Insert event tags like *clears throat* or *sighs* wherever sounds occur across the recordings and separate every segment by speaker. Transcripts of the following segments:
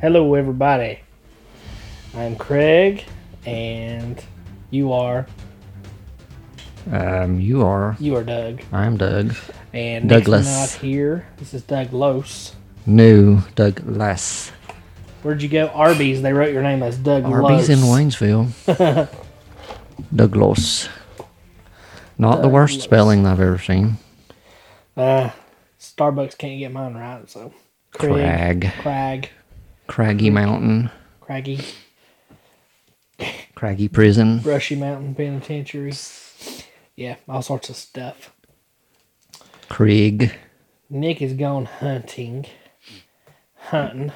Speaker 1: Hello, everybody. I'm Craig, and you are
Speaker 2: Um, you are.
Speaker 1: you are Doug,
Speaker 2: I'm Doug.
Speaker 1: and Nick's
Speaker 2: Douglas.
Speaker 1: not here. This is Doug Lose.
Speaker 2: New Doug Less.
Speaker 1: Where'd you go? Arby's. They wrote your name as Doug Lose.
Speaker 2: Arby's in Waynesville. *laughs* Douglas. Not the worst
Speaker 1: Douglas.
Speaker 2: spelling I've ever seen.
Speaker 1: Uh, Starbucks can't get mine right, so Craig,
Speaker 2: Crag.
Speaker 1: Crag,
Speaker 2: Craggy Mountain.
Speaker 1: Craggy,
Speaker 2: Craggy Prison.
Speaker 1: Brushy Mountain Penitentiary. Yeah, all sorts of stuff.
Speaker 2: Krieg.
Speaker 1: Nick is gone hunting. Hunting.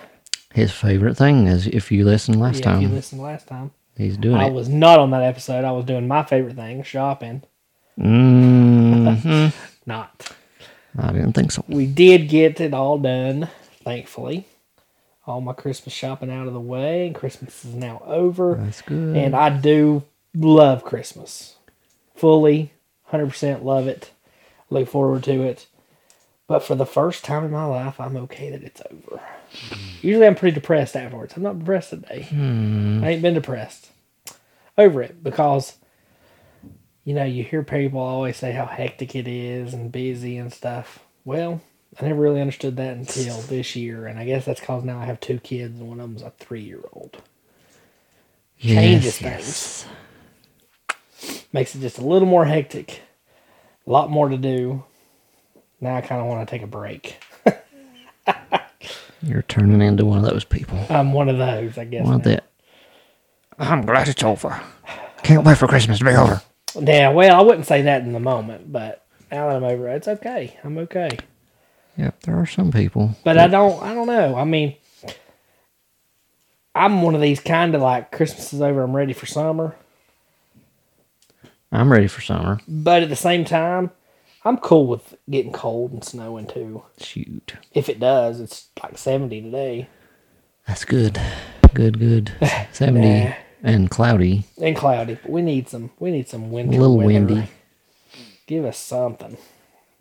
Speaker 2: His favorite thing is if you listen last
Speaker 1: yeah, if you
Speaker 2: time,
Speaker 1: listened last time.
Speaker 2: he's doing
Speaker 1: I
Speaker 2: it.
Speaker 1: was not on that episode. I was doing my favorite thing, shopping.
Speaker 2: hmm
Speaker 1: Not.
Speaker 2: I didn't think so.
Speaker 1: We did get it all done, thankfully. All my Christmas shopping out of the way, and Christmas is now over.
Speaker 2: That's good.
Speaker 1: And I do love Christmas. Fully, 100% love it. Look forward to it. But for the first time in my life, I'm okay that it's over. Usually I'm pretty depressed afterwards. I'm not depressed today.
Speaker 2: Hmm.
Speaker 1: I ain't been depressed. Over it because, you know, you hear people always say how hectic it is and busy and stuff. Well, I never really understood that until this year. And I guess that's because now I have two kids and one of them's a three year old. changes things. makes it just a little more hectic. A lot more to do. Now I kind of want to take a break.
Speaker 2: You're turning into one of those people.
Speaker 1: I'm one of those, I guess.
Speaker 2: One of
Speaker 1: now.
Speaker 2: the. I'm glad it's over. Can't wait for Christmas to be over.
Speaker 1: Yeah, well, I wouldn't say that in the moment, but now that I'm over it, it's okay. I'm okay.
Speaker 2: Yep, there are some people.
Speaker 1: But uh, I don't, I don't know. I mean, I'm one of these kind of like Christmas is over, I'm ready for summer.
Speaker 2: I'm ready for summer.
Speaker 1: But at the same time, I'm cool with getting cold and snowing too.
Speaker 2: Shoot.
Speaker 1: If it does, it's like 70 today
Speaker 2: That's good.
Speaker 1: *laughs*
Speaker 2: Good, good. 70
Speaker 1: Nah.
Speaker 2: and cloudy.
Speaker 1: and cloudy. But we need some, we need some
Speaker 2: A
Speaker 1: winter.
Speaker 2: little
Speaker 1: weather.
Speaker 2: windy.
Speaker 1: Give us something.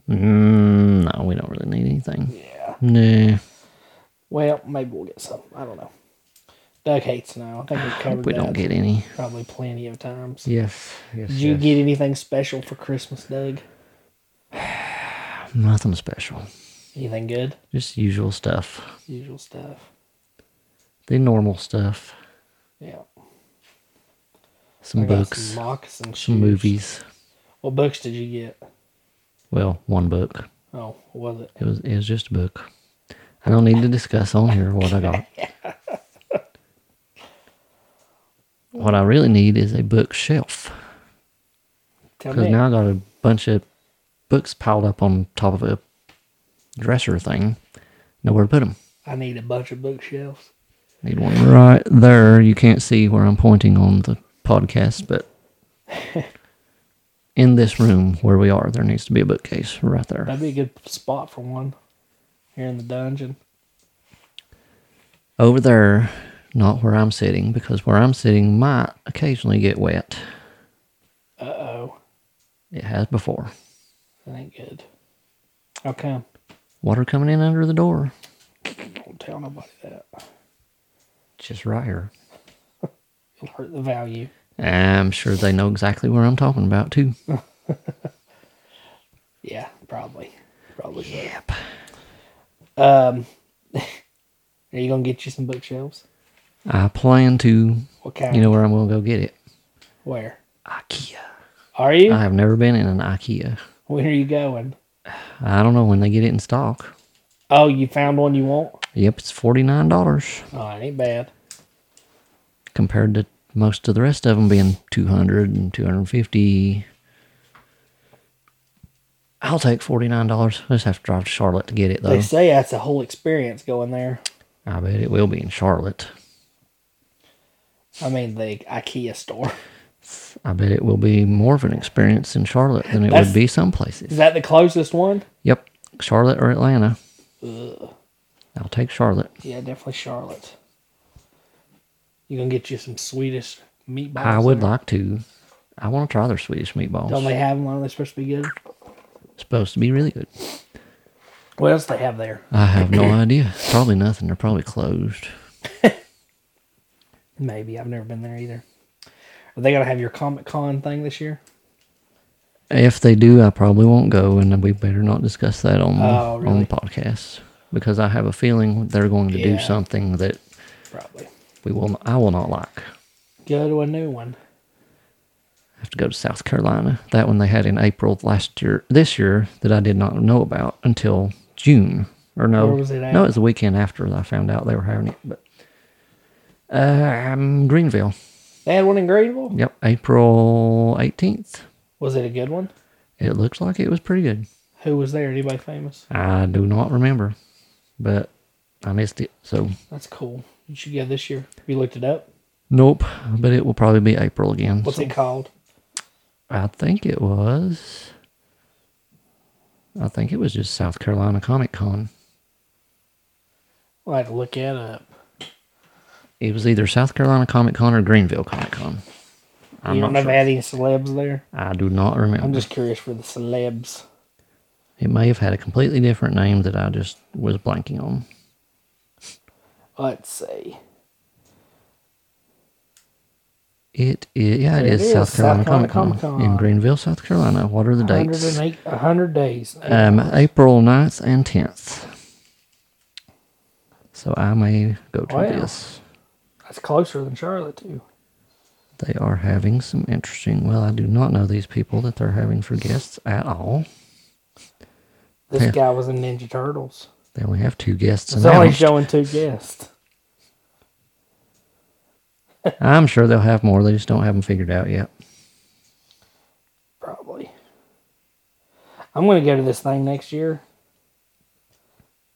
Speaker 2: Mm, no, we don't really need anything.
Speaker 1: Yeah.
Speaker 2: Nah.
Speaker 1: Well, maybe we'll get some. I don't know. Doug hates snow. I think we've covered
Speaker 2: We
Speaker 1: that
Speaker 2: don't get any.
Speaker 1: probably plenty of times.
Speaker 2: Yes. Yes.
Speaker 1: Did you get anything special for Christmas, Doug?
Speaker 2: Nothing special.
Speaker 1: Anything good?
Speaker 2: Just usual stuff.
Speaker 1: Usual stuff.
Speaker 2: The normal stuff.
Speaker 1: Yeah.
Speaker 2: Some
Speaker 1: I got
Speaker 2: books.
Speaker 1: Some
Speaker 2: Some,
Speaker 1: moccasin shoes.
Speaker 2: movies.
Speaker 1: What books did you get?
Speaker 2: Well, one book.
Speaker 1: Oh, what was it?
Speaker 2: It was it was just a book. I don't need to discuss on here what I got. What I really need is a bookshelf.
Speaker 1: Tell
Speaker 2: Because
Speaker 1: me.
Speaker 2: now I got a bunch of books piled up on top of a dresser thing. Nowhere to put them.
Speaker 1: I need a bunch of bookshelves.
Speaker 2: Need one right there. You can't see where I'm pointing on the podcast, but in this room where we are, there needs to be a bookcase right there.
Speaker 1: That'd be a good spot for one. Here in the dungeon.
Speaker 2: Over there, not where I'm sitting, because where I'm sitting might occasionally get wet.
Speaker 1: Uh oh.
Speaker 2: It has before.
Speaker 1: That ain't good. How come?
Speaker 2: Water coming in under the door,
Speaker 1: Don't tell nobody that.
Speaker 2: just right here.
Speaker 1: It'll hurt the value.
Speaker 2: I'm sure they know exactly where I'm talking about, too.
Speaker 1: Yeah, probably. Probably. so.
Speaker 2: Yep.
Speaker 1: Um, *laughs* are you gonna get you some bookshelves?
Speaker 2: I plan to,
Speaker 1: What kind?
Speaker 2: you know, where I'm going to go get it.
Speaker 1: where
Speaker 2: IKEA.
Speaker 1: are you?
Speaker 2: I have never been in an IKEA.
Speaker 1: when are you going?
Speaker 2: I don't know when they get it in stock.
Speaker 1: Oh, you found one you want?
Speaker 2: Yep, it's $49
Speaker 1: Oh, it ain't bad.
Speaker 2: compared to most of the rest of them being 200 and 250 I'll take $49. I just have to drive to Charlotte to get it, though.
Speaker 1: They say that's a whole experience going there.
Speaker 2: I bet it will be in Charlotte.
Speaker 1: I mean, the IKEA store. *laughs*
Speaker 2: I bet it will be more of an experience in Charlotte than it
Speaker 1: That's-
Speaker 2: would be some
Speaker 1: Is
Speaker 2: places.
Speaker 1: that the closest one?
Speaker 2: Yep, Charlotte or Atlanta. I'll take Charlotte.
Speaker 1: Yeah, definitely Charlotte. You gonna get you some Swedish meatballs?
Speaker 2: I would
Speaker 1: there?
Speaker 2: like to. I want to try their Swedish meatballs.
Speaker 1: Don't they have them? Aren't they supposed to be good?
Speaker 2: supposed to be really good.
Speaker 1: What else they have there? *clears throat*
Speaker 2: I have no idea. Probably nothing. They're probably closed.
Speaker 1: Maybe I've never been there either. Are they gonna have your Comic Con thing this year?
Speaker 2: If they do, I probably won't go, and we better not discuss that on
Speaker 1: Oh,
Speaker 2: on
Speaker 1: really?
Speaker 2: the podcast because I have a feeling they're going to do
Speaker 1: Yeah.
Speaker 2: something that
Speaker 1: Probably.
Speaker 2: we will I will not like.
Speaker 1: Go to a new one.
Speaker 2: I have to go to South Carolina. That one they had in April of last year, this year that I did not know about until June or no,
Speaker 1: Where was it at?
Speaker 2: no, it was the weekend after that I found out they were having it, but um, Greenville.
Speaker 1: They had one in Greenville.
Speaker 2: Yep, April eighteenth.
Speaker 1: Was it a good one?
Speaker 2: It looks like it was pretty good.
Speaker 1: Who was there? Anybody famous?
Speaker 2: I do not remember, but I missed it. So
Speaker 1: That's cool. You should go this year. You looked it up.
Speaker 2: nope. But it will probably be April again.
Speaker 1: What's
Speaker 2: so.
Speaker 1: it called?
Speaker 2: I think it was. I think it was just South Carolina Comic Con.
Speaker 1: I'll have to look it up.
Speaker 2: It was either South Carolina Comic Con or Greenville Comic Con. I'm
Speaker 1: you don't know
Speaker 2: not
Speaker 1: if
Speaker 2: sure.
Speaker 1: they had any celebs there.
Speaker 2: I do not remember.
Speaker 1: I'm just curious for the celebs.
Speaker 2: It may have had a completely different name that I just was blanking on.
Speaker 1: Let's see.
Speaker 2: It is, yeah,
Speaker 1: There it
Speaker 2: it is
Speaker 1: is,
Speaker 2: South
Speaker 1: South
Speaker 2: Carolina
Speaker 1: Carolina
Speaker 2: Comic Con
Speaker 1: Comic-Con.
Speaker 2: in Greenville, South Carolina. What are the dates?
Speaker 1: 108, 100 days.
Speaker 2: Um, April 9th and 10th. So I may go to
Speaker 1: Wow.
Speaker 2: this.
Speaker 1: That's closer than Charlotte, too.
Speaker 2: They are having some interesting. Well, I do not know these people that they're having for guests at all.
Speaker 1: This
Speaker 2: Yeah.
Speaker 1: guy was in Ninja Turtles.
Speaker 2: They only have two guests.
Speaker 1: It's only
Speaker 2: announced.
Speaker 1: showing two guests.
Speaker 2: I'm sure they'll have more. They just don't have them figured out yet.
Speaker 1: Probably. I'm gonna go to this thing next year.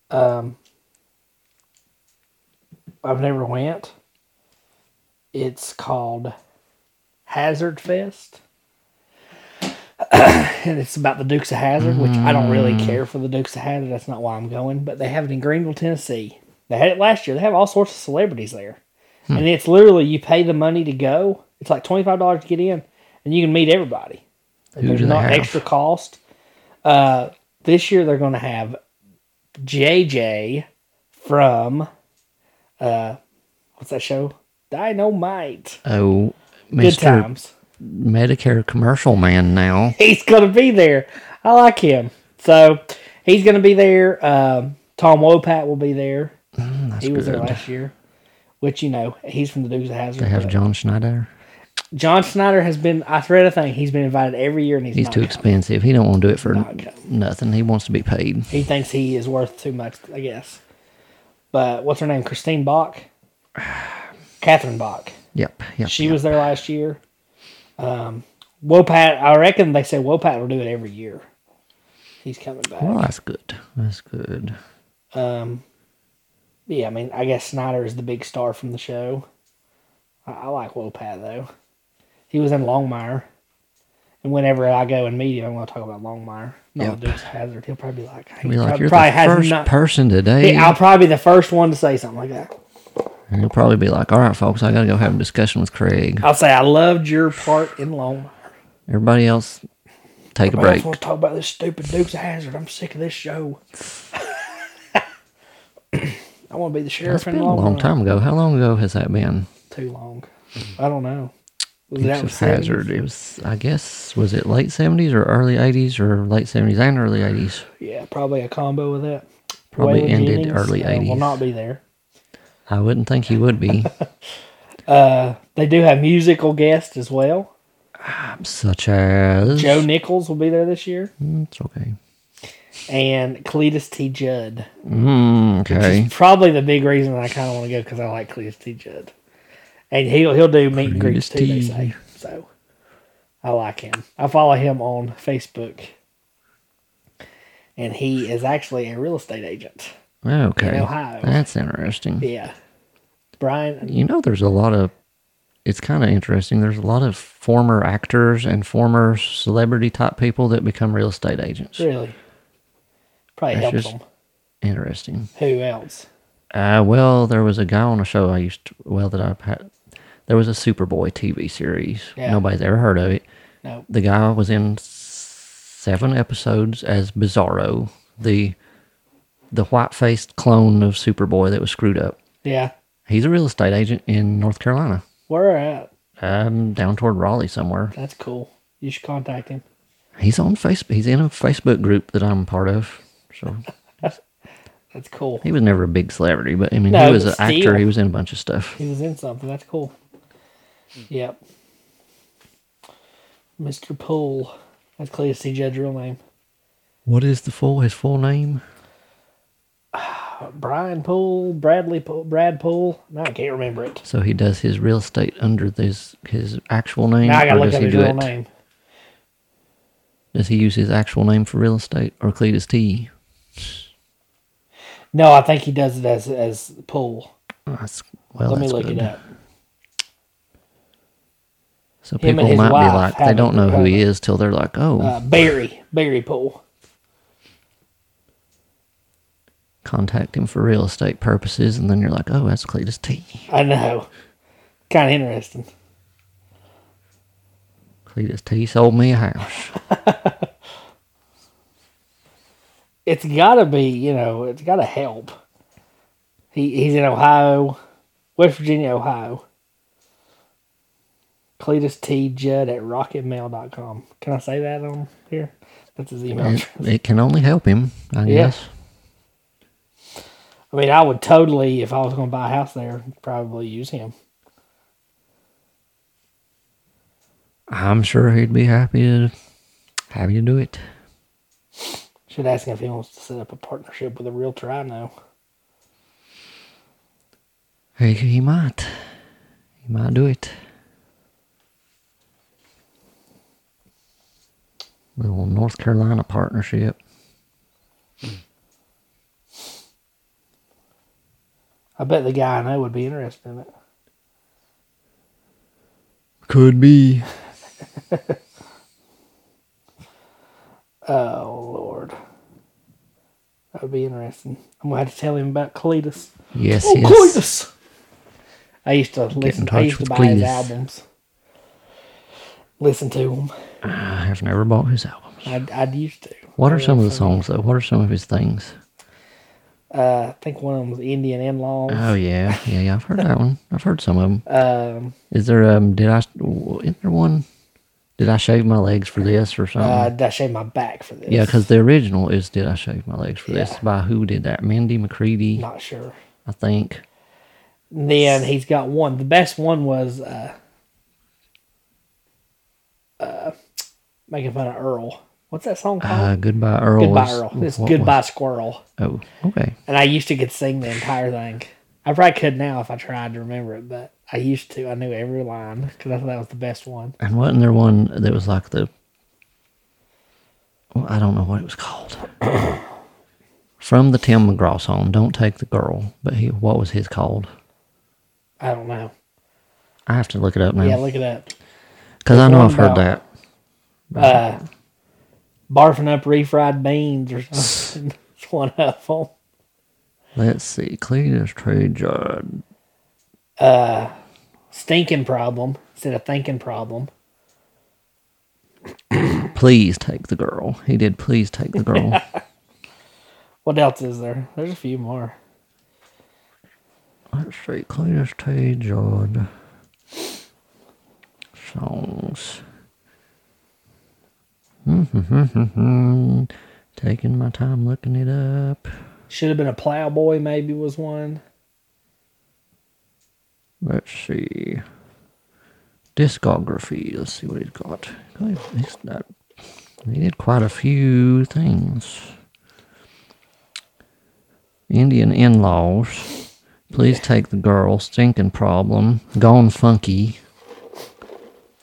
Speaker 1: Um, I've never went. It's called Hazard Fest, *clears throat* and it's about the Dukes of Hazard, which I don't really
Speaker 2: Mm.
Speaker 1: care for the Dukes of Hazard. That's not why I'm going. But they have it in Greenville, Tennessee. They had it last year. They have all sorts of celebrities there,
Speaker 2: Hmm.
Speaker 1: and it's literally you pay the money to go. It's like twenty five dollars to get in, and you can meet everybody. And
Speaker 2: Who
Speaker 1: there's
Speaker 2: do they
Speaker 1: not
Speaker 2: have?
Speaker 1: extra cost. Uh, this year they're going to have JJ from uh, what's that show? Dynamite.
Speaker 2: Oh,
Speaker 1: Good
Speaker 2: Mr.
Speaker 1: times.
Speaker 2: Medicare commercial man now.
Speaker 1: He's going to be there. I like him. So he's going to be there. Um, Tom Wopat will be there.
Speaker 2: Mm, That's
Speaker 1: he was there
Speaker 2: good.
Speaker 1: last year, which you know he's from the Dukes of Hazzard.
Speaker 2: They have
Speaker 1: but
Speaker 2: John Schneider.
Speaker 1: John Snyder has been. I read a thing. He's been invited every year, and he's,
Speaker 2: He's
Speaker 1: not
Speaker 2: too
Speaker 1: come.
Speaker 2: expensive. He don't want to do it for
Speaker 1: Not coming.
Speaker 2: nothing. He wants to be paid.
Speaker 1: He thinks he is worth too much, I guess. But what's her name? Christine Bach? *sighs* Catherine Bach.
Speaker 2: Yep. Yep.
Speaker 1: She was there last year. Um, Wopat, I reckon they say Wopat will do it every year. He's coming back.
Speaker 2: Well, that's good. That's good.
Speaker 1: Um, yeah, I mean, I guess Snyder is the big star from the show. I, I like Wopat, though. He was in Longmire. And whenever I go and meet him, I'm going to talk about Longmire. No,
Speaker 2: Yep.
Speaker 1: Dukes Hazard. He'll probably be like,
Speaker 2: I mean, like
Speaker 1: prob-
Speaker 2: you're
Speaker 1: probably
Speaker 2: the
Speaker 1: has
Speaker 2: first
Speaker 1: not-
Speaker 2: person today.
Speaker 1: Hey, I'll probably be the first one to say something like that.
Speaker 2: And You'll probably be like, "All right, folks, I gotta go have a discussion with Craig.
Speaker 1: I'll say I loved your part in Longmire.
Speaker 2: Everybody else, take a
Speaker 1: I
Speaker 2: break."
Speaker 1: just want to talk about this stupid Dukes of Hazard. I'm sick of this show. *coughs* I want to be the
Speaker 2: That's
Speaker 1: sheriff
Speaker 2: been
Speaker 1: in
Speaker 2: a
Speaker 1: Longmire.
Speaker 2: long time ago. How long ago has that been?
Speaker 1: Too long. I don't know. Was it out
Speaker 2: Dukes
Speaker 1: in
Speaker 2: of
Speaker 1: the 70s?
Speaker 2: Hazard. It was, I guess, was it late seventies or early eighties or late seventies and early eighties?
Speaker 1: Yeah, probably a combo of that.
Speaker 2: Probably
Speaker 1: Waylon
Speaker 2: ended
Speaker 1: Jennings,
Speaker 2: early
Speaker 1: uh, will
Speaker 2: 80s.
Speaker 1: not be there.
Speaker 2: I wouldn't think he
Speaker 1: *laughs*
Speaker 2: would be.
Speaker 1: Uh, They do have musical guests as well.
Speaker 2: Such as
Speaker 1: Joe Nichols will be there this year,
Speaker 2: Mm, It's okay.
Speaker 1: and Cletus T. Judd.
Speaker 2: Mm, okay.
Speaker 1: It's probably the big reason I kind of want to go because I like Cletus T. Judd, and he'll he'll do meet and greets
Speaker 2: Cletus
Speaker 1: too. They
Speaker 2: T.
Speaker 1: say so. I like him. I follow him on Facebook, and he is actually a real estate agent.
Speaker 2: Okay.
Speaker 1: Ohio.
Speaker 2: That's interesting.
Speaker 1: Yeah, Brian.
Speaker 2: You know, there's a lot of. It's kind of interesting. There's a lot of former actors and former celebrity type people that become real estate agents.
Speaker 1: Really, probably
Speaker 2: That's
Speaker 1: helped
Speaker 2: just-
Speaker 1: him.
Speaker 2: Interesting.
Speaker 1: Who else?
Speaker 2: Uh, well, there was a guy on a show I used to, well, that I've had. There was a Superboy TV series.
Speaker 1: Yeah.
Speaker 2: Nobody's ever heard of it.
Speaker 1: No,
Speaker 2: The guy was in seven episodes as Bizarro, the the white faced clone of Superboy that was screwed up.
Speaker 1: yeah.
Speaker 2: He's a real estate agent in North Carolina.
Speaker 1: Where at?
Speaker 2: Um, down toward Raleigh somewhere.
Speaker 1: That's cool. You should contact him.
Speaker 2: He's on Facebook. He's in a Facebook group that I'm part of. So
Speaker 1: That's cool.
Speaker 2: he was never a big celebrity, but I mean,
Speaker 1: No,
Speaker 2: he was an
Speaker 1: but still.
Speaker 2: actor. He was in a bunch of stuff.
Speaker 1: He was in something. That's cool.
Speaker 2: Hmm.
Speaker 1: Yep. Mr. Poole. That's Cletus CJ's real name.
Speaker 2: What is the full his full name?
Speaker 1: Brian Poole, Bradley Poole, Brad Poole. No, I can't remember it.
Speaker 2: So he does his real estate under this his actual name,
Speaker 1: Now I gotta
Speaker 2: or
Speaker 1: look
Speaker 2: does
Speaker 1: up
Speaker 2: he
Speaker 1: his
Speaker 2: do
Speaker 1: real
Speaker 2: it?
Speaker 1: name.
Speaker 2: Does he use his actual name for real estate or Cletus T?
Speaker 1: No, I think he does it as as Poole.
Speaker 2: Oh, that's, well,
Speaker 1: Let me
Speaker 2: that's
Speaker 1: look
Speaker 2: good.
Speaker 1: it up.
Speaker 2: So
Speaker 1: Him and
Speaker 2: people
Speaker 1: his
Speaker 2: might be
Speaker 1: wife
Speaker 2: like,
Speaker 1: have
Speaker 2: they
Speaker 1: a
Speaker 2: don't know who he
Speaker 1: proposal.
Speaker 2: is till they're like, oh,
Speaker 1: Uh, Barry, Barry Poole.
Speaker 2: contact him for real estate purposes, and then you're like, oh, that's Cletus T.
Speaker 1: I know. Kind of interesting.
Speaker 2: Cletus T sold me a
Speaker 1: *laughs*
Speaker 2: house.
Speaker 1: It's gotta be, you know, it's gotta help. He he's in Ohio, West Virginia, Ohio. Cletus T Judd at rocketmail.com. Can I say that on here? That's his email.
Speaker 2: it,
Speaker 1: address.
Speaker 2: it can only help him, I
Speaker 1: Yeah.
Speaker 2: guess.
Speaker 1: I mean, I would totally, if I was going to buy a house there, probably use him.
Speaker 2: I'm sure he'd be happy to have you do it.
Speaker 1: Should ask him if he wants to set up a partnership with a realtor I know.
Speaker 2: He, he might. He might do it. Little North Carolina partnership.
Speaker 1: I bet the guy I know would be interested in it.
Speaker 2: Could be.
Speaker 1: Oh, Lord. That would be interesting. I'm going to have to tell him about Cletus.
Speaker 2: Yes,
Speaker 1: Oh,
Speaker 2: yes.
Speaker 1: Cletus! I used to listen. I
Speaker 2: touch
Speaker 1: used to
Speaker 2: with
Speaker 1: buy his
Speaker 2: Cletus.
Speaker 1: albums. Listen to him.
Speaker 2: I have never bought his album.
Speaker 1: I I used to.
Speaker 2: What are
Speaker 1: Yeah,
Speaker 2: some of the
Speaker 1: so-
Speaker 2: songs though? What are some of his things?
Speaker 1: Uh, I think one of them was Indian In Laws.
Speaker 2: Oh yeah, yeah, yeah. I've heard that one. I've heard some of them.
Speaker 1: Um,
Speaker 2: Is there um? Did I? Is there one? Did I shave my legs for this or something?
Speaker 1: uh,
Speaker 2: Yeah, 'cause
Speaker 1: did I shave my back for this?
Speaker 2: yeah, because the original is "Did I Shave My Legs for This?"
Speaker 1: Yeah.
Speaker 2: by who did that? Mandy McCready,
Speaker 1: Not sure.
Speaker 2: I think.
Speaker 1: Then he's got one. The best one was uh, uh, making fun of Earl. What's that song
Speaker 2: Uh,
Speaker 1: called?
Speaker 2: goodbye Earl.
Speaker 1: Oh. goodbye
Speaker 2: is-
Speaker 1: Earl. It's
Speaker 2: what was-
Speaker 1: Goodbye Squirrel.
Speaker 2: Oh, okay.
Speaker 1: And I used to could sing the entire thing. I probably could now if I tried to remember it, but I used to. I knew every line because I thought that was the best one.
Speaker 2: And wasn't there one that was like the? Well, I don't know what it was called. *clears throat* From the Tim McGraw song, "Don't Take the Girl," but he, what was his called?
Speaker 1: I don't know.
Speaker 2: I have to look it up
Speaker 1: Yeah,
Speaker 2: now
Speaker 1: look it up.
Speaker 2: because I know
Speaker 1: one
Speaker 2: I've heard
Speaker 1: about-
Speaker 2: that.
Speaker 1: Uh, barfing up refried beans or something. *laughs* It's one of them.
Speaker 2: Let's see, Cletus Trajan.
Speaker 1: Stinking problem instead of thinking problem.
Speaker 2: Please take the girl. He did. Please take
Speaker 1: *laughs*
Speaker 2: the girl.
Speaker 1: What else is there? There's a few more.
Speaker 2: Let's see, Cletus Trajan songs. Hmm, Taking my time looking it up.
Speaker 1: Should have been a plowboy, maybe was one.
Speaker 2: Let's see. Discography. Let's see what he's got. God, he's not- He did quite a few things. Indian in laws. Please take the girl. Stinking problem. Gone funky.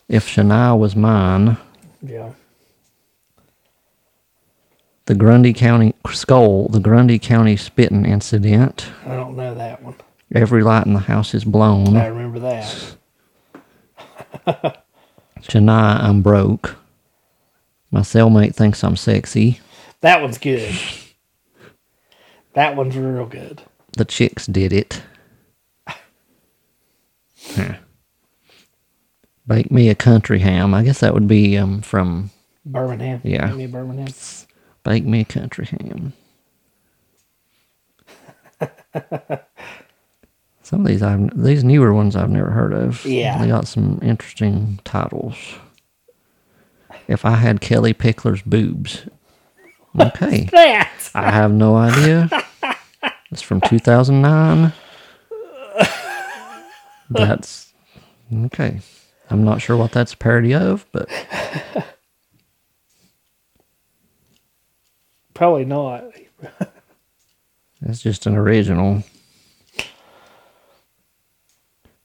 Speaker 2: If Shania was mine.
Speaker 1: Yeah.
Speaker 2: The Grundy County skull. The Grundy County spitting incident.
Speaker 1: I don't know that one.
Speaker 2: Every light in the house is blown.
Speaker 1: I remember that.
Speaker 2: Shania, I'm broke. My cellmate thinks I'm sexy.
Speaker 1: That one's good. That one's real good.
Speaker 2: The chicks did it. Huh. Bake me a country ham. I guess that would be um, from
Speaker 1: Birmingham.
Speaker 2: Yeah.
Speaker 1: Give me a Birmingham.
Speaker 2: Bake me a country ham. Some of these I've these newer ones I've never heard of.
Speaker 1: Yeah.
Speaker 2: they got some interesting titles. If I had Kelly Pickler's boobs, okay,
Speaker 1: That.
Speaker 2: I have no idea. It's from 2009. That's okay. I'm not sure what that's a parody of, but
Speaker 1: Probably not.
Speaker 2: That's just an original.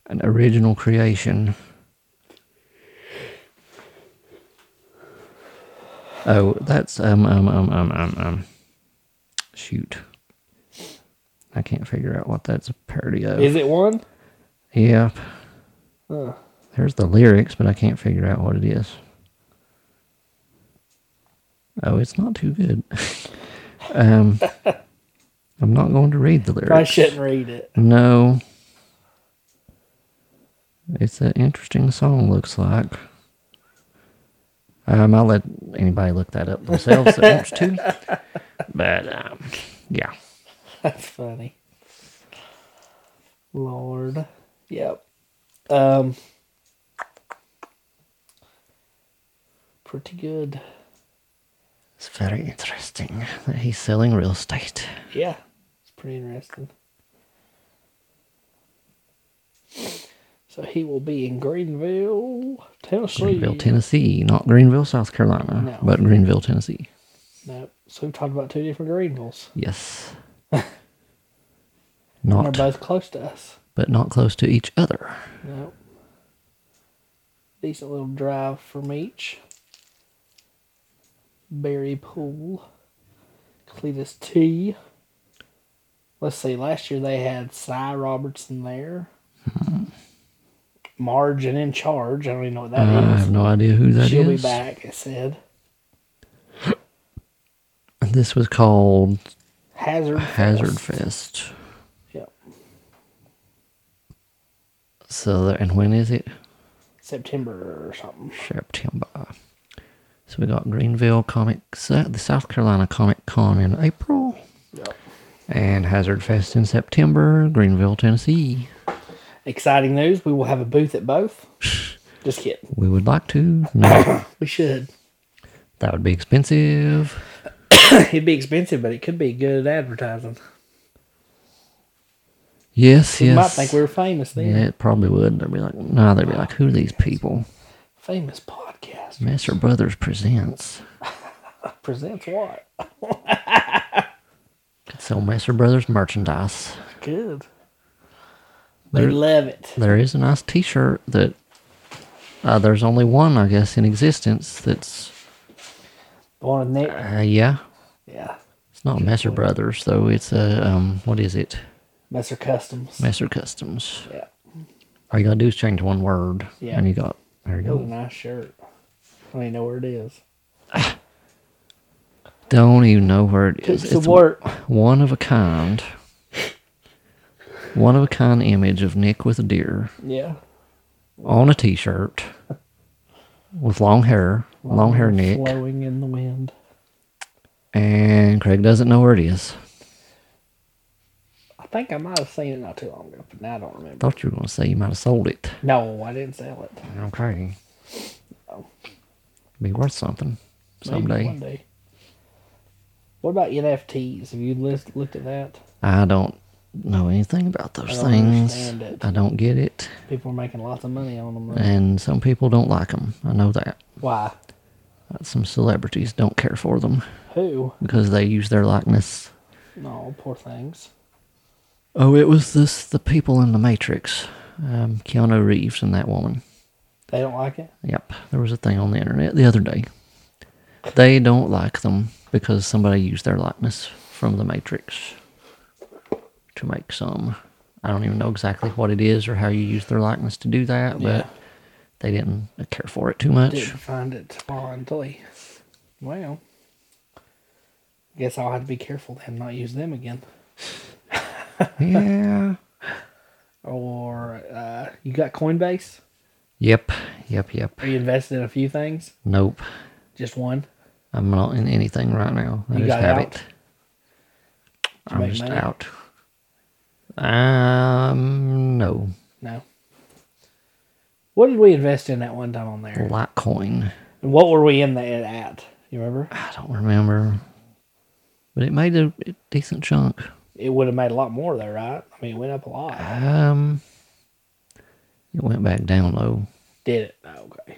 Speaker 2: An original creation. Oh, that's um um um um um um shoot. I can't figure out what that's a parody of.
Speaker 1: Is it one?
Speaker 2: Yep.
Speaker 1: Huh.
Speaker 2: There's the lyrics, but I can't figure out what it is. Oh, it's not too good. *laughs* um I'm not going to read the lyrics.
Speaker 1: I shouldn't read it.
Speaker 2: No. It's an interesting song, looks like. Um, I'll let anybody look that up themselves that wants
Speaker 1: *laughs*
Speaker 2: to. But, um, yeah.
Speaker 1: That's funny. Lord. Yep. Um. Pretty good.
Speaker 2: It's very interesting that he's selling real estate.
Speaker 1: Yeah. It's pretty interesting. So he will be in Greenville, Tennessee.
Speaker 2: Greenville, Tennessee. Not Greenville, South Carolina,
Speaker 1: No.
Speaker 2: but Greenville, Tennessee.
Speaker 1: No. So we talked about two different Greenvilles. *laughs*
Speaker 2: Yes.
Speaker 1: And
Speaker 2: not,
Speaker 1: they're both close to us.
Speaker 2: but not close to each other.
Speaker 1: Nope. Decent little drive from each. Barry Pool. Cletus T. Let's see, last year they had Cy Robertson *laughs* there. Margin in charge. I don't even know what
Speaker 2: I
Speaker 1: that is.
Speaker 2: have no idea who that is.
Speaker 1: She'll be back, it said.
Speaker 2: This was called
Speaker 1: Hazard.
Speaker 2: Hazard
Speaker 1: Fest.
Speaker 2: Fest.
Speaker 1: Yep.
Speaker 2: So, there, and when is it?
Speaker 1: September or something.
Speaker 2: September. So we got Greenville Comic, Sa- the South Carolina Comic Con in April,
Speaker 1: Yep.
Speaker 2: and Hazard Fest in September, Greenville, Tennessee.
Speaker 1: Exciting news. We will have a booth at both. Just kidding.
Speaker 2: We would like to. No,
Speaker 1: We should.
Speaker 2: that would be expensive.
Speaker 1: It'd be expensive, but it could be good advertising.
Speaker 2: Yes,
Speaker 1: You
Speaker 2: yes.
Speaker 1: might think we were famous then.
Speaker 2: yeah, it probably would. They'd be like, no, they'd be like, who are these people?
Speaker 1: Famous podcast
Speaker 2: Messer Brothers presents.
Speaker 1: presents what?
Speaker 2: Could sell Messer Brothers merchandise.
Speaker 1: Good. They
Speaker 2: There-
Speaker 1: love it.
Speaker 2: there is a nice T-shirt that uh, there's only one, I guess, in existence. That's
Speaker 1: Born in there.
Speaker 2: uh, yeah,
Speaker 1: Yeah.
Speaker 2: it's not Messer Brothers though. It's a um, what is it?
Speaker 1: Messer Customs.
Speaker 2: Messer Customs.
Speaker 1: Yeah.
Speaker 2: All you gotta do is change one word,
Speaker 1: Yeah.
Speaker 2: and you got there you
Speaker 1: That was a
Speaker 2: go.
Speaker 1: nice shirt. I don't even know where it is.
Speaker 2: Don't even know where it
Speaker 1: Took
Speaker 2: is.
Speaker 1: some work.
Speaker 2: one of a kind. One of a kind image of Nick with a deer
Speaker 1: Yeah.
Speaker 2: on a T-shirt with long hair, long hair Nick,
Speaker 1: Flowing in the wind.
Speaker 2: and Craig doesn't know where it is.
Speaker 1: I think I might have seen it not too long ago, but now I don't remember.
Speaker 2: Thought you were gonna say you might have sold it.
Speaker 1: No, I didn't sell it.
Speaker 2: Okay. Be worth something
Speaker 1: Maybe one
Speaker 2: someday.
Speaker 1: day. What about NFTs? Have you list, looked at that?
Speaker 2: I don't know anything about those
Speaker 1: I don't
Speaker 2: things.
Speaker 1: understand it.
Speaker 2: I don't get it,
Speaker 1: People are making lots of money on them.
Speaker 2: and some people don't like them. I know that.
Speaker 1: Why?
Speaker 2: Some celebrities don't care for them
Speaker 1: Who?
Speaker 2: because they use their likeness.
Speaker 1: No, poor things.
Speaker 2: Oh, it was this the people in the Matrix, um, Keanu Reeves and that woman.
Speaker 1: They don't like it.
Speaker 2: Yep, there was a thing on the internet the other day. They don't like them because somebody used their likeness from the Matrix to make some. I don't even know exactly what it is or how you use their likeness to do that, but
Speaker 1: Yeah.
Speaker 2: they didn't care for it too much.
Speaker 1: Didn't find it fondly. Well, guess I'll have to be careful then, not use them again.
Speaker 2: *laughs* Yeah.
Speaker 1: Or uh, you got Coinbase?
Speaker 2: Yep. Yep. Yep.
Speaker 1: Are you invested in a few things?
Speaker 2: Nope.
Speaker 1: Just one?
Speaker 2: I'm not in anything right now. I
Speaker 1: You
Speaker 2: just
Speaker 1: got
Speaker 2: have
Speaker 1: out?
Speaker 2: it.
Speaker 1: Did you
Speaker 2: I'm
Speaker 1: make
Speaker 2: just
Speaker 1: money?
Speaker 2: out. Um, no.
Speaker 1: No. What did we invest in that one time on there?
Speaker 2: Litecoin.
Speaker 1: And what were we in there at? You remember?
Speaker 2: I don't remember. But it made a a decent chunk.
Speaker 1: It would have made a lot more though, right? I mean, it went up a lot.
Speaker 2: Um, it went back down low.
Speaker 1: Did it? Oh, okay.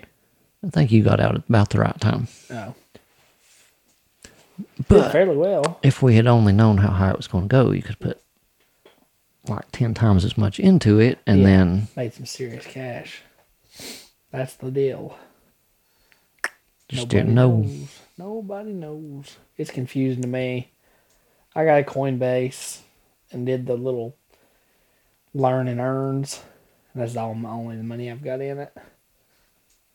Speaker 2: I think you got out at about the right time.
Speaker 1: Oh, did
Speaker 2: But
Speaker 1: fairly well.
Speaker 2: if we had only known how high it was going to go, you could put like 10 times as much into it and
Speaker 1: Yeah.
Speaker 2: then
Speaker 1: Made some serious cash. That's the deal.
Speaker 2: just didn't know.
Speaker 1: Knows. Nobody knows. It's confusing to me. I got a Coinbase and did the little learn and earns. And that's all my only money I've got in it.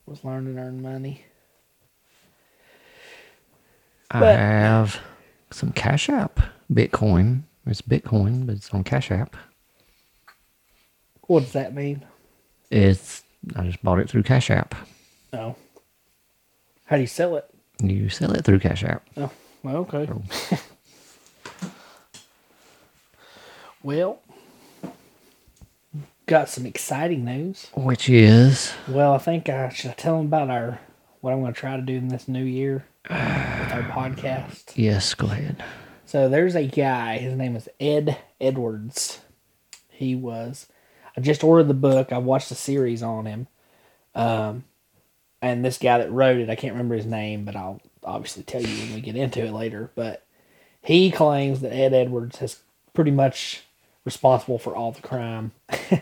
Speaker 1: Was learn and earn money.
Speaker 2: I
Speaker 1: But-
Speaker 2: have some Cash App Bitcoin. It's Bitcoin, but it's on Cash App.
Speaker 1: What does that mean?
Speaker 2: It's I just bought it through Cash App.
Speaker 1: Oh. How do you sell it?
Speaker 2: You sell it through Cash App.
Speaker 1: Oh, well, okay. *laughs* well, got some exciting news.
Speaker 2: Which is
Speaker 1: Well, I think I should I tell them about our what I'm going to try to do in this new year with our podcast.
Speaker 2: yes, go ahead.
Speaker 1: So there's a guy. His name is Ed Edwards. He was. I just ordered the book. I watched a series on him, um, and this guy that wrote it. I can't remember his name, but I'll obviously tell you when we get into it later. But he claims that Ed Edwards is pretty much responsible for all the crime, *laughs*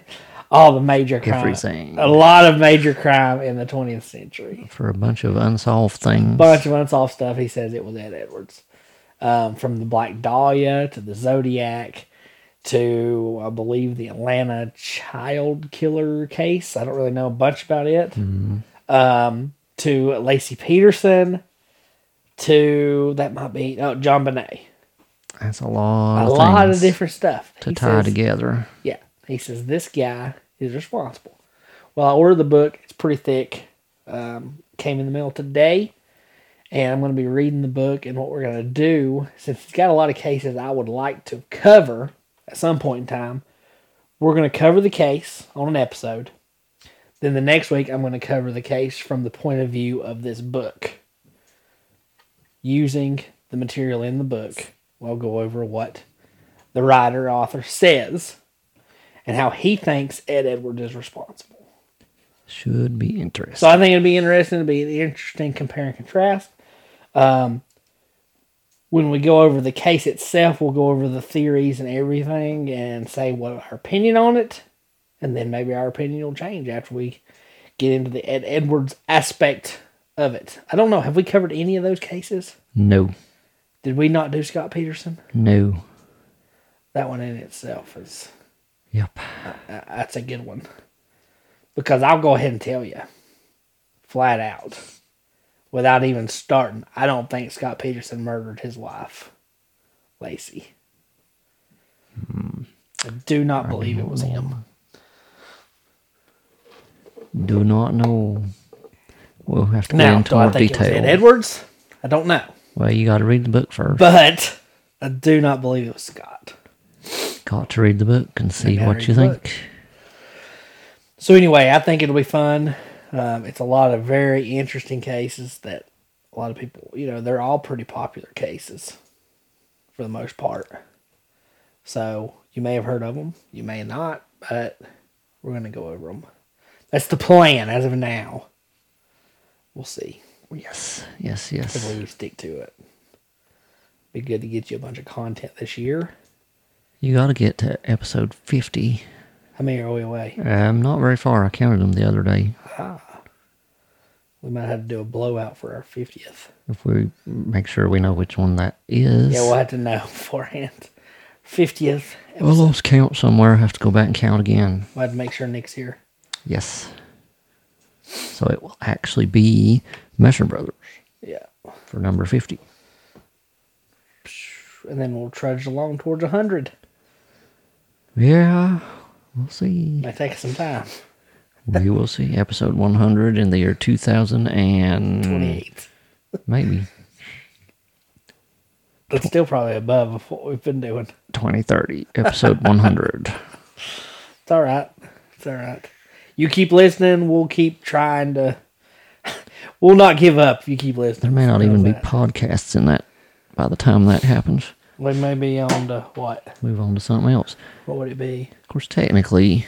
Speaker 1: all the major crime,
Speaker 2: Everything.
Speaker 1: a lot of major crime in the 20th century
Speaker 2: For a bunch of unsolved things.
Speaker 1: bunch of unsolved stuff. He says it was Ed Edwards, um, from the Black Dahlia to the Zodiac to I believe the Atlanta child killer case. I don't really know a bunch about it.
Speaker 2: Mm-hmm.
Speaker 1: Um, to Lacey Peterson, to that might be oh, John Bonet.
Speaker 2: That's a lot
Speaker 1: A
Speaker 2: of
Speaker 1: lot of
Speaker 2: things
Speaker 1: different stuff
Speaker 2: to
Speaker 1: He
Speaker 2: tie
Speaker 1: says-
Speaker 2: together.
Speaker 1: yeah. He says this guy is responsible. Well, I ordered the book. It's pretty thick. Um, came in the mail today, and I'm going to be reading the book. And what we're going to do, since it's got a lot of cases I would like to cover at some point in time, we're going to cover the case on an episode. Then the next week, I'm going to cover the case from the point of view of this book, using the material in the book. We'll go over what the writer author says and how he thinks Ed Edwards is responsible.
Speaker 2: Should be interesting.
Speaker 1: So I think it'd be interesting. It'd be an interesting compare and contrast. Um, when we go over the case itself, we'll go over the theories and everything and say what our opinion on it. And then maybe our opinion will change after we get into the Ed Edwards aspect of it. I don't know. Have we covered any of those cases?
Speaker 2: no.
Speaker 1: Did we not do Scott Peterson?
Speaker 2: No.
Speaker 1: That one in itself is.
Speaker 2: Yep.
Speaker 1: Uh, that's a good one. Because I'll go ahead and tell you, flat out, without even starting, I don't think Scott Peterson murdered his wife, Lacey.
Speaker 2: Hmm.
Speaker 1: I do not believe it was him.
Speaker 2: Do not know. We'll have to go
Speaker 1: Now,
Speaker 2: into
Speaker 1: do I
Speaker 2: more
Speaker 1: think it was Ed
Speaker 2: detail.
Speaker 1: Edwards? I don't know.
Speaker 2: Well, you got to read the book first.
Speaker 1: But I do not believe it was Scott.
Speaker 2: got to read the book and see
Speaker 1: gotta
Speaker 2: what
Speaker 1: read
Speaker 2: you
Speaker 1: the
Speaker 2: think.
Speaker 1: book. So anyway, I think it'll be fun. Um, it's a lot of very interesting cases that a lot of people, you know, they're all pretty popular cases for the most part. So you may have heard of them, you may not, but we're gonna go over them. That's the plan as of now. We'll see
Speaker 2: Yes,
Speaker 1: if
Speaker 2: yes, yes.
Speaker 1: we stick to it. Be good to get you a bunch of content this year.
Speaker 2: You got to get to episode 50.
Speaker 1: How many are we away?
Speaker 2: I'm not very far. I counted them the other day.
Speaker 1: We might have to do a blowout for our fiftieth.
Speaker 2: If we make sure we know which one that is.
Speaker 1: Yeah, we'll have to know *laughs* beforehand. Fiftieth.
Speaker 2: I lost count somewhere. I have to go back and count again.
Speaker 1: We'll have to make sure Nick's here.
Speaker 2: Yes. So it will actually be Messer Brothers
Speaker 1: Yeah.
Speaker 2: for number 50.
Speaker 1: And then we'll trudge along towards hundred.
Speaker 2: Yeah, we'll see.
Speaker 1: Might take us some time.
Speaker 2: we will see. Episode 100 in the year 2000 and
Speaker 1: Twenty eight.
Speaker 2: maybe.
Speaker 1: That's still probably above what we've been doing.
Speaker 2: 2030, episode 100.
Speaker 1: It's all right. It's all right. You keep listening. We'll keep trying to. *laughs* we'll not give up. You keep
Speaker 2: There
Speaker 1: listening.
Speaker 2: may not even be
Speaker 1: That.
Speaker 2: podcasts in that by the time that happens.
Speaker 1: We may be on to what?
Speaker 2: Move on to something else.
Speaker 1: What would it be?
Speaker 2: Of course, technically,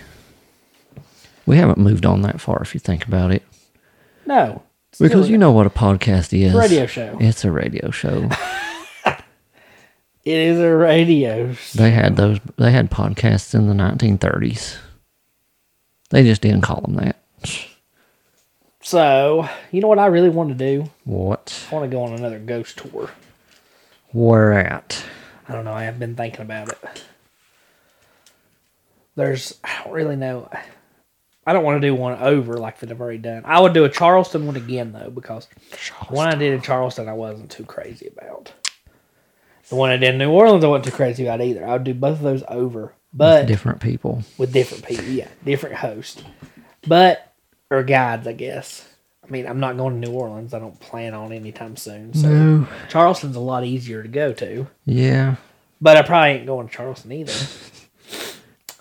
Speaker 2: we haven't moved on that far if you think about it.
Speaker 1: No. It's still
Speaker 2: Because you know what a podcast is.
Speaker 1: Radio show.
Speaker 2: It's a radio show.
Speaker 1: it is a radio. s-
Speaker 2: they had those. They had podcasts in the 1930s. They just didn't call them that.
Speaker 1: So you know what I really want to do?
Speaker 2: What?
Speaker 1: I want to go on another ghost tour.
Speaker 2: Where at?
Speaker 1: I don't know. I have been thinking about it. There's, I don't really know. I don't want to do one over like that I've already done. I would do a Charleston one again though because the one I did in Charleston I wasn't too crazy about. The one I did in New Orleans I wasn't too crazy about either. I would do both of those over, but
Speaker 2: Different people.
Speaker 1: with different people, yeah, different hosts, but or guides, I guess. I mean, I'm not going to New Orleans. I don't plan on anytime soon. So
Speaker 2: No.
Speaker 1: Charleston's a lot easier to go to,
Speaker 2: Yeah.
Speaker 1: but I probably ain't going to Charleston
Speaker 2: *laughs*
Speaker 1: either.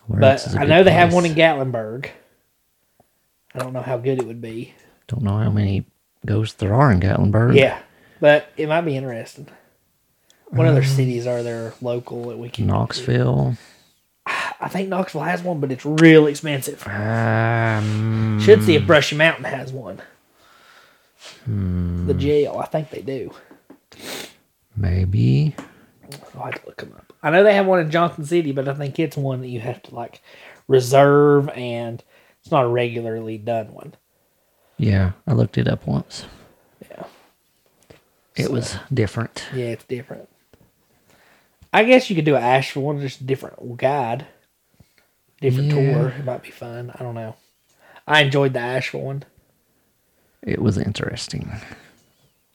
Speaker 2: Where else is
Speaker 1: But
Speaker 2: a
Speaker 1: I
Speaker 2: good
Speaker 1: know they have one in
Speaker 2: place?
Speaker 1: Gatlinburg. I don't know how good it would be.
Speaker 2: Don't know how many ghosts there are in Gatlinburg.
Speaker 1: Yeah, but it might be interesting. What other cities are there local that we can?
Speaker 2: Mm. Knoxville.
Speaker 1: I think Knoxville has one, but it's real expensive.
Speaker 2: Um,
Speaker 1: Should see if Brushy Mountain has one.
Speaker 2: Hmm.
Speaker 1: The jail, I think they do.
Speaker 2: maybe.
Speaker 1: I'll have to look them up. I know they have one in Johnson City, but I think it's one that you have to like reserve, and it's not a regularly done one.
Speaker 2: Yeah, I looked it up once.
Speaker 1: Yeah.
Speaker 2: It was different.
Speaker 1: Yeah, it's different. I guess you could do an Asheville one, just a different guide, different
Speaker 2: Yeah.
Speaker 1: tour. It might be fun. I don't know. I enjoyed the Asheville one.
Speaker 2: It was interesting.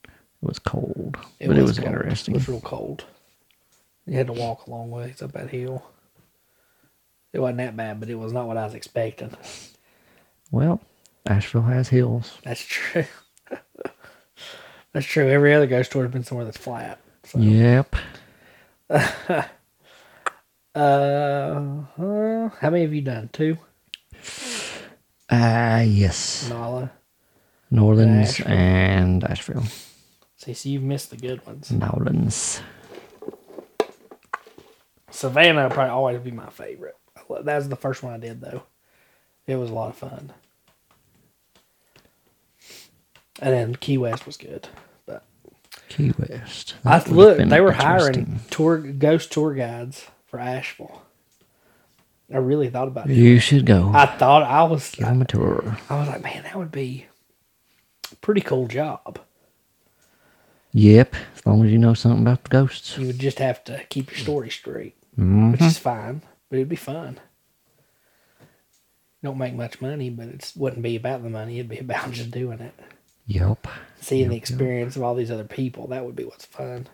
Speaker 2: It was cold, but it was
Speaker 1: cold.
Speaker 2: interesting.
Speaker 1: It was real cold. You had to walk a long ways up that hill. It wasn't that bad, but it was not what I was expecting.
Speaker 2: well, Asheville has hills.
Speaker 1: That's true. *laughs* that's true. Every other ghost tour has been somewhere that's flat. So.
Speaker 2: Yep.
Speaker 1: Uh, uh, how many have you done? Two?
Speaker 2: Ah, yes.
Speaker 1: Nala.
Speaker 2: New Orleans
Speaker 1: Asheville.
Speaker 2: and Asheville.
Speaker 1: See, so you've missed the good ones.
Speaker 2: New Orleans.
Speaker 1: Savannah will probably always be my favorite. I lo- That was the first one I did though. It was a lot of fun. And then Key West was good, but
Speaker 2: Key West.
Speaker 1: I
Speaker 2: That would've
Speaker 1: look
Speaker 2: been
Speaker 1: they were
Speaker 2: interesting.
Speaker 1: hiring tour ghost tour guides for Asheville. I really thought about it.
Speaker 2: You should go.
Speaker 1: I thought I was
Speaker 2: Give them a tour.
Speaker 1: I was like, man, that would be a pretty cool job.
Speaker 2: Yep, as long as you know something about the ghosts.
Speaker 1: You would just have to keep your story straight,
Speaker 2: Mm.
Speaker 1: which is fine, but it'd be fun. Don't make much money, but it wouldn't be about the money. It'd be about just doing it,
Speaker 2: Yep.
Speaker 1: seeing the
Speaker 2: Yep, yep.
Speaker 1: experience of all these other people. That would be what's fun.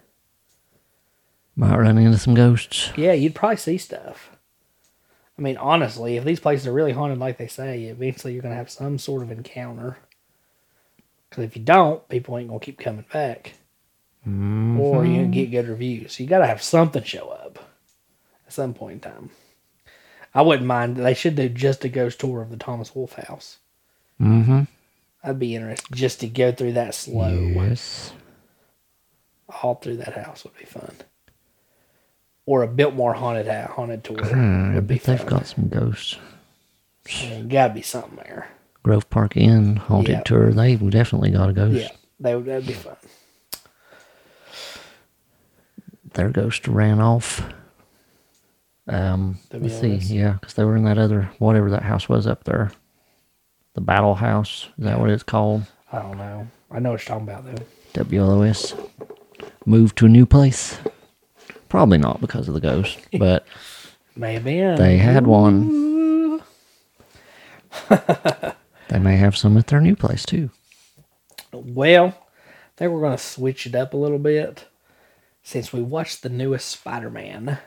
Speaker 2: Might run into some ghosts.
Speaker 1: Yeah, you'd probably see stuff. I mean, honestly, if these places are really haunted, like they say, eventually you're going to have some sort of encounter. Because if you don't, people ain't going to keep coming back.
Speaker 2: Mm.
Speaker 1: or you get good reviews. You got to have something show up at some point in time. I wouldn't mind. They should do just a ghost tour of the Thomas Wolfe House.
Speaker 2: Mm-hmm.
Speaker 1: I'd be interested just to go through that slow.
Speaker 2: Yes.
Speaker 1: All through that house would be fun. Or a Biltmore haunted ha- haunted tour
Speaker 2: Hmm, I
Speaker 1: would be
Speaker 2: bet they've
Speaker 1: fun.
Speaker 2: got some ghosts.
Speaker 1: I mean, gotta be something there.
Speaker 2: Grove Park Inn haunted
Speaker 1: Yeah.
Speaker 2: tour. They've definitely got a ghost.
Speaker 1: Yeah, they would. That'd be fun.
Speaker 2: Their ghost ran off. Um,
Speaker 1: To be
Speaker 2: let's see.
Speaker 1: honest.
Speaker 2: Yeah, because they were in that other whatever that house was up there. The Battle House. Is that what it's called?
Speaker 1: I don't know. I know what you're talking about though.
Speaker 2: WLOS. Moved to a new place. Probably not because of
Speaker 1: *laughs*
Speaker 2: the ghost, but
Speaker 1: May have been.
Speaker 2: they had one.
Speaker 1: *laughs*
Speaker 2: they may have some at their new place too.
Speaker 1: Well, I think we're going to switch it up a little bit. Since we watched the newest Spider Man,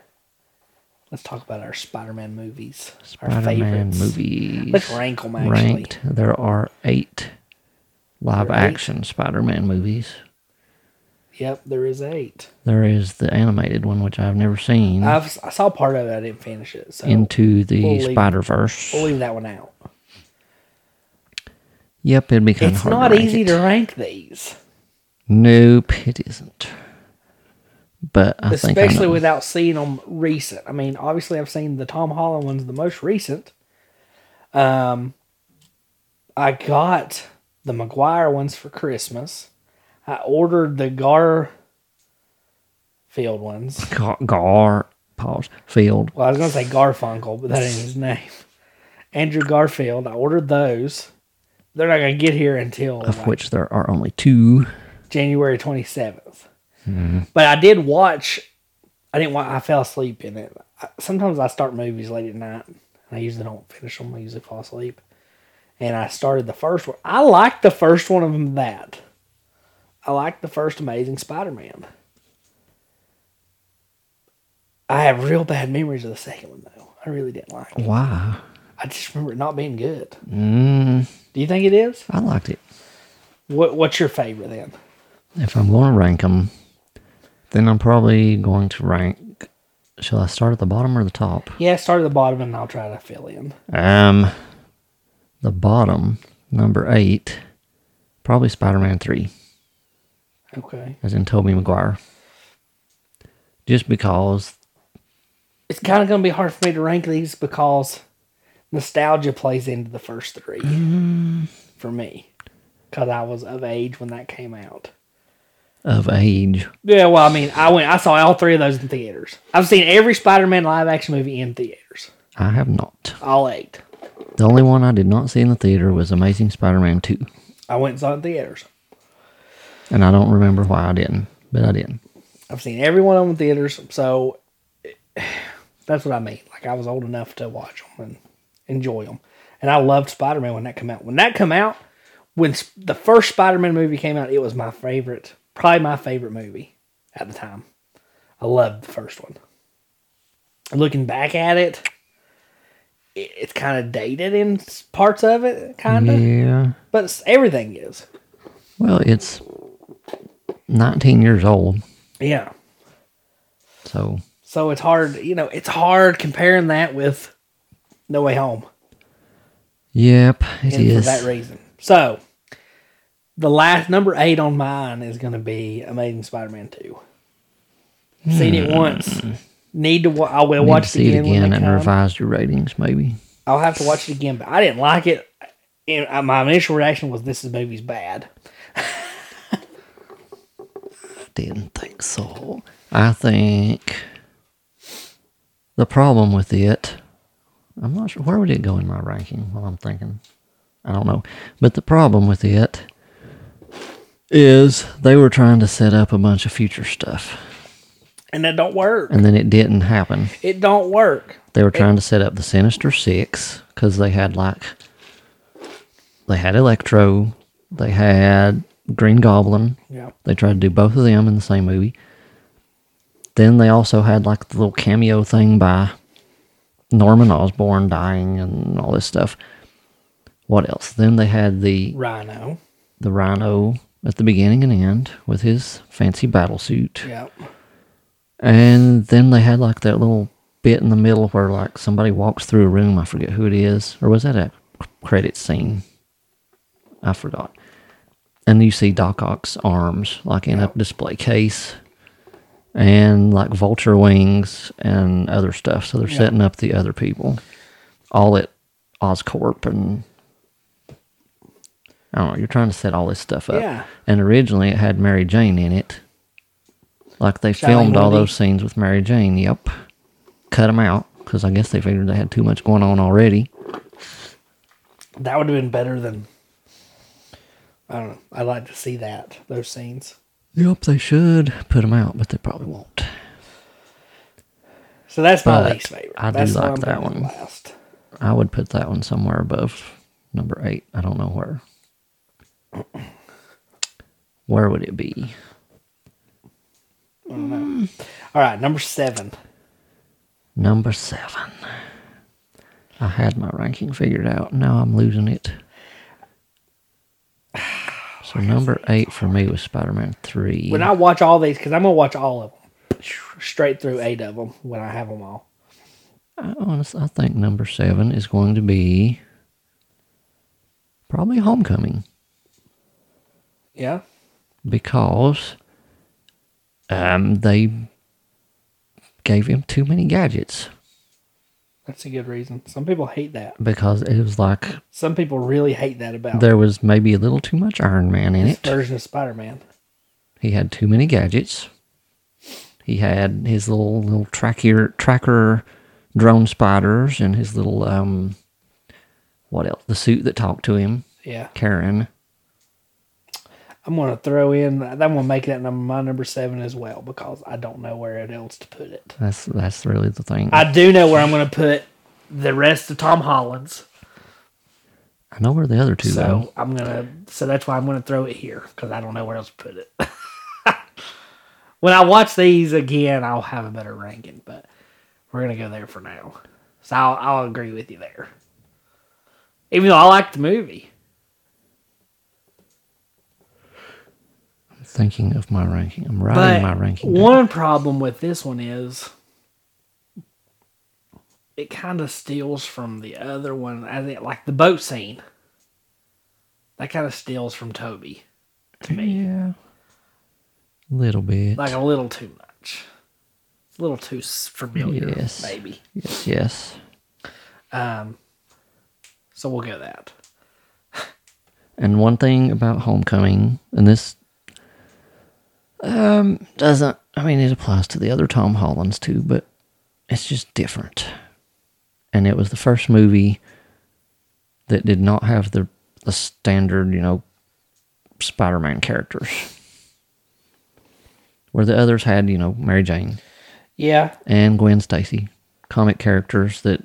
Speaker 1: let's talk about our Spider Man movies. our
Speaker 2: Spider-Man
Speaker 1: favorites.
Speaker 2: movies.
Speaker 1: Let's rank 'em, actually.
Speaker 2: Ranked. There are eight live
Speaker 1: There are eight?
Speaker 2: action Spider-Man movies.
Speaker 1: Yep, there is eight.
Speaker 2: There is the animated one, which I've never seen,
Speaker 1: I've, I saw part of it. I didn't finish it. So
Speaker 2: Hmm. Into the
Speaker 1: we'll leave-
Speaker 2: Spider Verse.
Speaker 1: we'll leave that one out.
Speaker 2: Yep, it'd be kind of
Speaker 1: It's
Speaker 2: hard.
Speaker 1: not
Speaker 2: rank
Speaker 1: easy
Speaker 2: it.
Speaker 1: to rank these,
Speaker 2: Nope, it isn't. But I think I
Speaker 1: especially
Speaker 2: know.
Speaker 1: without seeing them recent. I mean, obviously, I've seen the Tom Holland ones, the most recent. Um, I got the McGuire ones for Christmas. I ordered the Garfield ones.
Speaker 2: Gar, gar pause field.
Speaker 1: Well, I was going to say Garfunkel, but that ain't his name. Andrew Garfield. I ordered those. They're not going to get here until
Speaker 2: Of
Speaker 1: like,
Speaker 2: which there are only two.
Speaker 1: January 27th. But I did watch, I didn't want, I fell asleep in it. I, sometimes I start movies late at night. and I usually don't finish them. I usually fall asleep. And I started the first one. I liked the first one of that. I liked the first Amazing Spider Man. I have real bad memories of the second one, though. I really didn't like it.
Speaker 2: Why?
Speaker 1: I just remember it not being good.
Speaker 2: Mm,
Speaker 1: Do you think it is?
Speaker 2: I liked it.
Speaker 1: What, what's your favorite then?
Speaker 2: If I'm going to rank them, then I'm probably going to rank. Shall I start at the bottom or the top?
Speaker 1: Yeah, start at the bottom and I'll try to fill in.
Speaker 2: Um, the bottom number eight, probably Spider-Man three,
Speaker 1: Okay.
Speaker 2: as in Tobey Maguire. Just because
Speaker 1: It's kind of going to be hard for me to rank these because nostalgia plays into the first three for me because I was of age when that came out.
Speaker 2: of age,
Speaker 1: Yeah, well, I mean, I went, I saw all three of those in theaters. I've seen every Spider-Man live-action movie in theaters,
Speaker 2: I have not.
Speaker 1: all eight.
Speaker 2: The only one I did not see in the theater was Amazing Spider-Man two,
Speaker 1: I went and saw it in theaters.
Speaker 2: and I don't remember why I didn't, but I did.
Speaker 1: I've seen every one of them in theaters, so *sighs* that's what I mean. Like I was old enough to watch them and enjoy them, and I loved Spider Man when that came out. When that come out, when s- the first Spider Man movie came out, it was my favorite, probably my favorite movie at the time. I loved the first one. Looking back at it, it it's kind of dated in s- parts of it, kind of,
Speaker 2: Yeah.
Speaker 1: but s- everything is.
Speaker 2: Well, it's 19 years old,
Speaker 1: Yeah.
Speaker 2: so
Speaker 1: So it's hard, you know, it's hard comparing that with No Way Home.
Speaker 2: yep,
Speaker 1: And
Speaker 2: it
Speaker 1: for
Speaker 2: is.
Speaker 1: that reason. So the last number eight on mine is gonna be Amazing Spider Man two. Seen it once. Need to wa- I will
Speaker 2: Hmm. Need
Speaker 1: watch
Speaker 2: to see it
Speaker 1: when
Speaker 2: again
Speaker 1: they
Speaker 2: and
Speaker 1: come.
Speaker 2: revise your ratings, maybe.
Speaker 1: I'll have to watch it again, but I didn't like it. And uh, my initial reaction was this movie's bad.
Speaker 2: Didn't think so. I think the problem with it, I'm not sure where would it go in my ranking. Well, I'm thinking, I don't know. But the problem with it is they were trying to set up a bunch of future stuff,
Speaker 1: And that don't work.
Speaker 2: and then it didn't happen.
Speaker 1: It don't work.
Speaker 2: They were trying to set up the Sinister Six because they had like they had Electro, they had Green Goblin,
Speaker 1: Yeah.
Speaker 2: they tried to do both of them in the same movie. Then they also had like the little cameo thing by Norman Osborn dying and all this stuff. What else? Then they had the
Speaker 1: Rhino.
Speaker 2: the Rhino at the beginning and end with his fancy battle suit.
Speaker 1: Yeah.
Speaker 2: And then they had like that little bit in the middle where like somebody walks through a room. I forget who it is, or was that a credit scene? I forgot. And you see Doc Ock's arms like in a display case, and like vulture wings and other stuff. So they're
Speaker 1: Yeah.
Speaker 2: setting up the other people, all at Oscorp and. I don't know. You're trying to set all this stuff up,
Speaker 1: Yeah.
Speaker 2: and originally it had Mary Jane in it. Like they
Speaker 1: Shailene
Speaker 2: filmed all
Speaker 1: Woodley.
Speaker 2: those scenes with Mary Jane. Yep, cut them out because I guess they figured they had too much going on already.
Speaker 1: That would have been better than I don't know. I'd like to see that, those scenes.
Speaker 2: Yep, they should put them out, but they probably won't.
Speaker 1: So that's my
Speaker 2: But
Speaker 1: least favorite.
Speaker 2: I do
Speaker 1: that's the
Speaker 2: like
Speaker 1: one I'm
Speaker 2: that
Speaker 1: putting
Speaker 2: one.
Speaker 1: Last.
Speaker 2: I would put that one somewhere above number eight. I don't know where. Where would it be?
Speaker 1: All right, number seven.
Speaker 2: Number seven. I had my ranking figured out. Now I'm losing it. So number eight for me was Spider Man three.
Speaker 1: When I watch all these, because I'm gonna watch all of them, straight through eight of them when I have them all.
Speaker 2: I honestly, I think number seven is going to be probably Homecoming
Speaker 1: Yeah.
Speaker 2: because um, they gave him too many gadgets
Speaker 1: That's a good reason. Some people hate that.
Speaker 2: because it was like
Speaker 1: Some people really hate that about
Speaker 2: there was maybe a little too much Iron Man in
Speaker 1: this
Speaker 2: it.
Speaker 1: version of Spider-Man.
Speaker 2: He had too many gadgets. He had his little little tracker tracker drone spiders and his little um what else? The suit that talked to him,
Speaker 1: Yeah.
Speaker 2: Karen.
Speaker 1: I'm gonna throw in. I'm gonna make that number my number seven as well because I don't know where else to put it.
Speaker 2: That's that's really the thing. I,
Speaker 1: I do know where I'm gonna put the rest of Tom Holland's.
Speaker 2: know where the other two
Speaker 1: So
Speaker 2: go.
Speaker 1: I'm gonna. So that's why I'm gonna throw it here because I don't know where else to put it. *laughs* when I watch these again, I'll have a better ranking, but we're gonna go there for now. So I'll, I'll agree with you there. Even though I like the movie,
Speaker 2: I'm thinking of my ranking. I'm
Speaker 1: but
Speaker 2: writing my ranking. down.
Speaker 1: one problem with this one is it kind of steals from the other one. I think, like the boat scene. That kind of steals from Toby. to me.
Speaker 2: Yeah. Little bit.
Speaker 1: like a little too much. It's a little too s- familiar,
Speaker 2: Yes.
Speaker 1: maybe.
Speaker 2: yes, yes.
Speaker 1: Um, so we'll go that.
Speaker 2: And one thing about Homecoming, and this um, doesn't, I mean, it applies to the other Tom Hollands too, but it's just different. And it was the first movie that did not have the, the standard, you know, Spider Man characters. Where the others had, you know, Mary Jane
Speaker 1: Yeah,
Speaker 2: and Gwen Stacy, comic characters that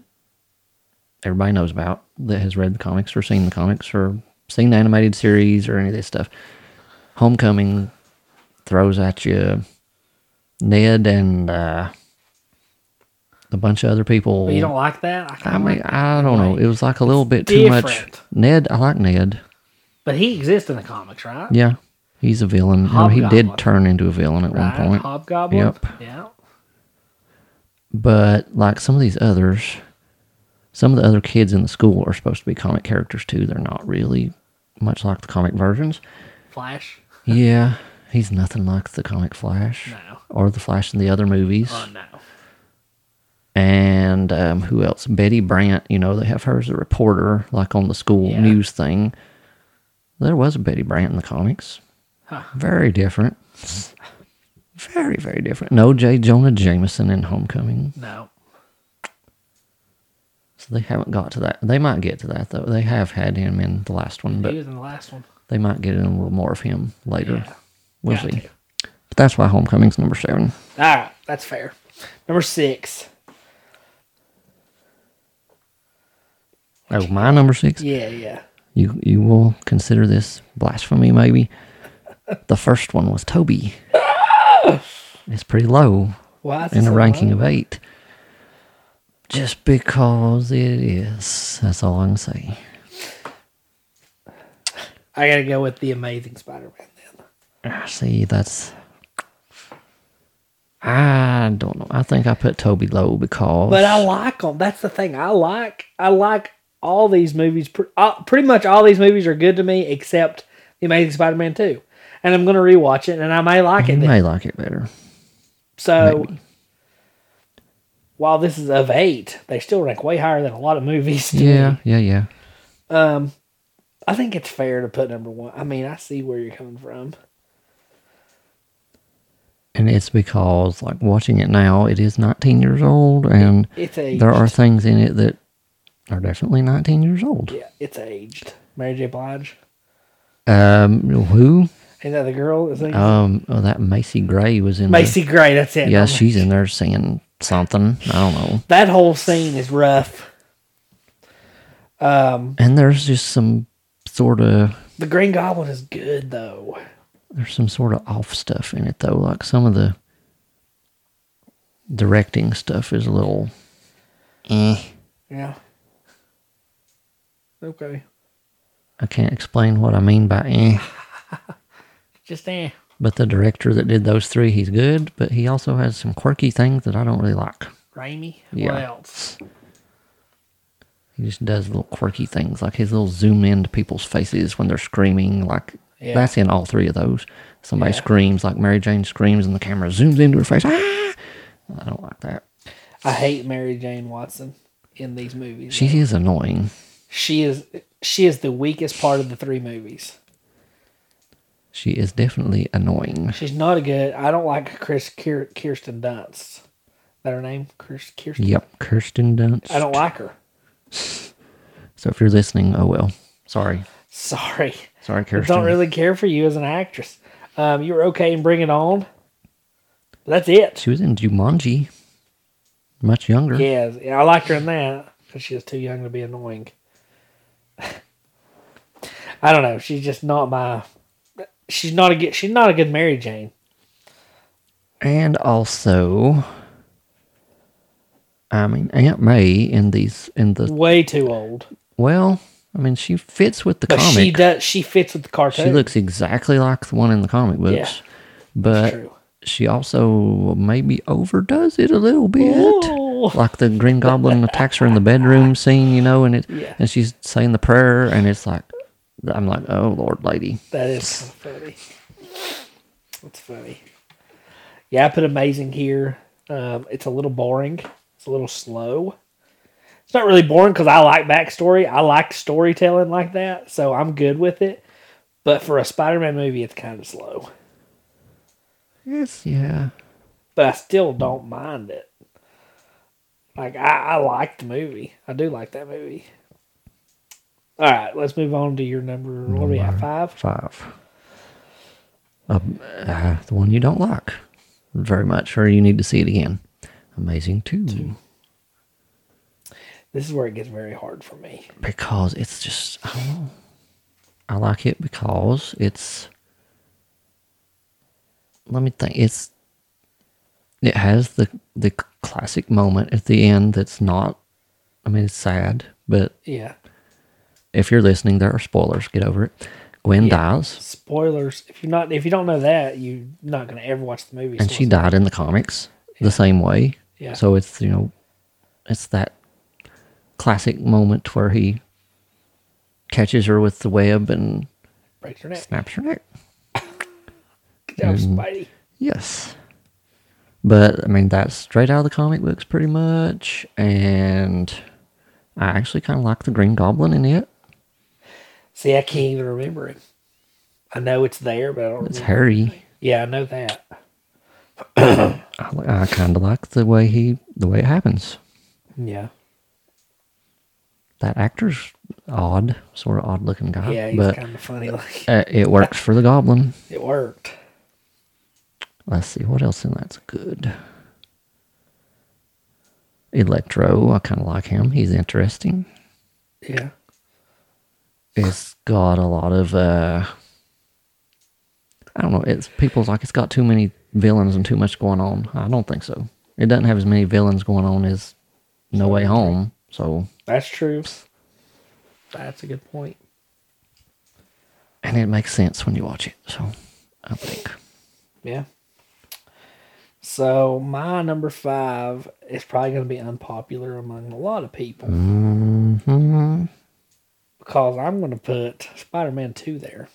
Speaker 2: everybody knows about that has read the comics or seen the comics or seen the animated series or any of this stuff. Homecoming throws at you Ned and uh, a bunch of other people.
Speaker 1: but you don't like that. I,
Speaker 2: I
Speaker 1: kinda
Speaker 2: mean,
Speaker 1: like-
Speaker 2: I don't know. It was like a little bit too much.
Speaker 1: different.
Speaker 2: Ned, I like Ned.
Speaker 1: but he exists in the comics, right?
Speaker 2: Yeah, he's a villain. I mean, he
Speaker 1: Hobgoblin.
Speaker 2: did turn into a villain at
Speaker 1: right?
Speaker 2: one point.
Speaker 1: Hobgoblin.
Speaker 2: Yep.
Speaker 1: Yeah.
Speaker 2: but like some of these others, some of the other kids in the school are supposed to be comic characters too. They're not really much like the comic versions.
Speaker 1: Flash.
Speaker 2: Yeah, he's nothing like the comic Flash
Speaker 1: No.
Speaker 2: or the Flash in the other movies.
Speaker 1: Oh no.
Speaker 2: And um, who else? Betty Brant. You know, they have her as a reporter, like on the school
Speaker 1: Yeah.
Speaker 2: news thing. There was a Betty Brant in the comics.
Speaker 1: Huh.
Speaker 2: Very different. Very, very different. No J. Jonah Jameson in Homecoming.
Speaker 1: No.
Speaker 2: So they haven't got to that. They might get to that though. They have had him in the last one,
Speaker 1: he
Speaker 2: but
Speaker 1: was in the last one.
Speaker 2: they might get in a little more of him later.
Speaker 1: Yeah.
Speaker 2: We'll
Speaker 1: Got
Speaker 2: see.
Speaker 1: to.
Speaker 2: But that's why Homecoming's number seven.
Speaker 1: All right, that's fair. Number six.
Speaker 2: Oh, my number six.
Speaker 1: Yeah, yeah.
Speaker 2: You you will consider this blasphemy, maybe. the first one was Toby. it's pretty low
Speaker 1: Why is
Speaker 2: in
Speaker 1: this
Speaker 2: a
Speaker 1: so
Speaker 2: ranking
Speaker 1: low?
Speaker 2: of eight. Just because it is. That's all I can say.
Speaker 1: I gotta go with the Amazing Spider-Man then.
Speaker 2: Ah, See, that's. I don't know. I think I put Toby low because.
Speaker 1: But I like them. That's the thing. I like I like all these movies. Pr- uh, Pretty much all these movies are good to me, except The Amazing Spider-Man Two, and I'm gonna rewatch it, and I may like it.
Speaker 2: You
Speaker 1: then.
Speaker 2: may like it better.
Speaker 1: So
Speaker 2: maybe.
Speaker 1: while this is of eight, they still rank way higher than a lot of movies. to me.
Speaker 2: Yeah, yeah, yeah.
Speaker 1: Um, I think it's fair to put number one. I mean, I see where you're coming from.
Speaker 2: And it's because, like, watching it now, it is 19 years old, and
Speaker 1: It's aged.
Speaker 2: there are things in it that are definitely 19 years old.
Speaker 1: yeah, it's aged. Mary J. Blige.
Speaker 2: Um, who?
Speaker 1: Is that the girl? Is that
Speaker 2: Um, oh, that Macy Gray was in.
Speaker 1: Macy Gray? That's it.
Speaker 2: The, yeah, she's in there singing something. I don't know.
Speaker 1: That whole scene is rough. Um,
Speaker 2: And there's just some sort of
Speaker 1: the Green Goblin is good though.
Speaker 2: there's some sort of off stuff in it though. Like some of the directing stuff is a little. Eh.
Speaker 1: Yeah. Okay.
Speaker 2: I can't explain what I mean by eh.
Speaker 1: Just eh.
Speaker 2: But the director that did those three, he's good, but he also has some quirky things that I don't really like.
Speaker 1: Raimi. What
Speaker 2: Yeah.
Speaker 1: else?
Speaker 2: He just does little quirky things, like his little zoom into people's faces when they're screaming. Like
Speaker 1: Yeah.
Speaker 2: that's in all three of those. Somebody
Speaker 1: Yeah.
Speaker 2: screams, like Mary Jane screams, and the camera zooms into her face. Ah! I don't like that.
Speaker 1: I hate Mary Jane Watson in these movies.
Speaker 2: She is annoying.
Speaker 1: she is she is the weakest part of the three movies.
Speaker 2: She is definitely annoying.
Speaker 1: She's not a good. I don't like Chris Kier, Kirsten Dunst. Is that her name? Chris Kirsten.
Speaker 2: Yep, Kirsten Dunst.
Speaker 1: I don't like her.
Speaker 2: So if you're listening, oh well. Sorry,
Speaker 1: Sorry.
Speaker 2: sorry,
Speaker 1: I
Speaker 2: Kirsten.
Speaker 1: Don't really care for you as an actress. Um, you were okay in Bring It On. That's it.
Speaker 2: She was in Jumanji. Much younger.
Speaker 1: Yeah, yeah, I liked her in that because she was too young to be annoying. *laughs* I don't know. She's just not my. She's not a good. She's not a good Mary Jane.
Speaker 2: And also, I mean, Aunt May in these in the
Speaker 1: Way too old.
Speaker 2: well, I mean, she fits with the
Speaker 1: But
Speaker 2: comic.
Speaker 1: she does. She fits with the cartoon.
Speaker 2: She looks exactly like the one in the comic books, but
Speaker 1: true.
Speaker 2: she also maybe overdoes it a little bit.
Speaker 1: Ooh.
Speaker 2: Like the Green Goblin attacks her in the bedroom scene, you know, and it
Speaker 1: Yeah.
Speaker 2: and she's saying the prayer, and it's like, I'm like, oh Lord, lady,
Speaker 1: That is kind of funny. That's funny. Yeah, I put amazing here. Um, it's a little boring. It's a little slow. It's not really boring because I like backstory. I like storytelling like that, so I'm good with it. But for a Spider-Man movie, it's kind of slow.
Speaker 2: yes, yeah,
Speaker 1: But I still don't mind it. Like I, I like the movie. I do like that movie. All right, let's move on to your number. What do we have? Five.
Speaker 2: five. Um, uh, the one you don't like very much, or you need to see it again. Amazing too,
Speaker 1: This is where it gets very hard for me.
Speaker 2: because it's just I don't know. I like it because it's. Let me think. It's. It has the the classic moment at the end. That's not. I mean, it's sad, but
Speaker 1: Yeah.
Speaker 2: if you're listening, there are spoilers. Get over it. Gwen dies,
Speaker 1: spoilers. If you're not, if you don't know that, you're not going to ever watch the movie.
Speaker 2: and
Speaker 1: so
Speaker 2: she
Speaker 1: it's-
Speaker 2: died in the comics the same way.
Speaker 1: Yeah.
Speaker 2: So it's you know, it's that classic moment where he catches her with the web and
Speaker 1: breaks her neck.
Speaker 2: snaps her neck.
Speaker 1: Good job,
Speaker 2: Mm-hmm.
Speaker 1: Spidey.
Speaker 2: Yes. But I mean that's straight out of the comic books pretty much and I actually kind of like the Green Goblin in it.
Speaker 1: See, I can't even remember him. I know it's there, but I don't.
Speaker 2: It's
Speaker 1: Remember.
Speaker 2: Harry.
Speaker 1: Yeah, I know that.
Speaker 2: I, li- I kind of like the way he the way it happens.
Speaker 1: Yeah,
Speaker 2: That actor's odd, sort of odd looking guy,
Speaker 1: yeah, he's
Speaker 2: Uh-huh, but
Speaker 1: kind of funny. *laughs* Like
Speaker 2: uh, it works for the Goblin.
Speaker 1: it worked.
Speaker 2: Let's see what else in that's good. Electro, I kind of like him. He's interesting.
Speaker 1: Yeah,
Speaker 2: it's got a lot of uh I don't know, it's people's like it's got too many villains and too much going on. I don't think so. It doesn't have as many villains going on as No Way Home, so
Speaker 1: that's true. That's a good point.
Speaker 2: and it makes sense when you watch it, so I think.
Speaker 1: Yeah. So my number five is probably going to be unpopular among a lot of people
Speaker 2: Mm. hmm
Speaker 1: because I'm going to put Spider-Man Two there.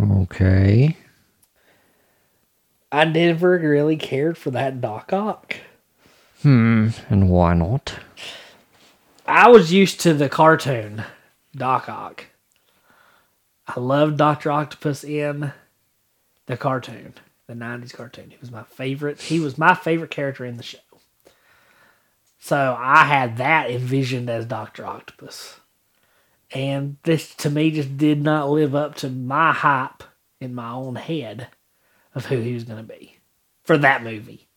Speaker 2: Okay.
Speaker 1: I never really cared for that Doc Ock.
Speaker 2: Hmm. And why not?
Speaker 1: I was used to the cartoon Doc Ock. I loved Doctor Octopus in the cartoon, the '90s cartoon. He was my favorite. He was my favorite character in the show. So I had that envisioned as Doctor Octopus, and this to me just did not live up to my hype in my own head of who he was going to be for that movie.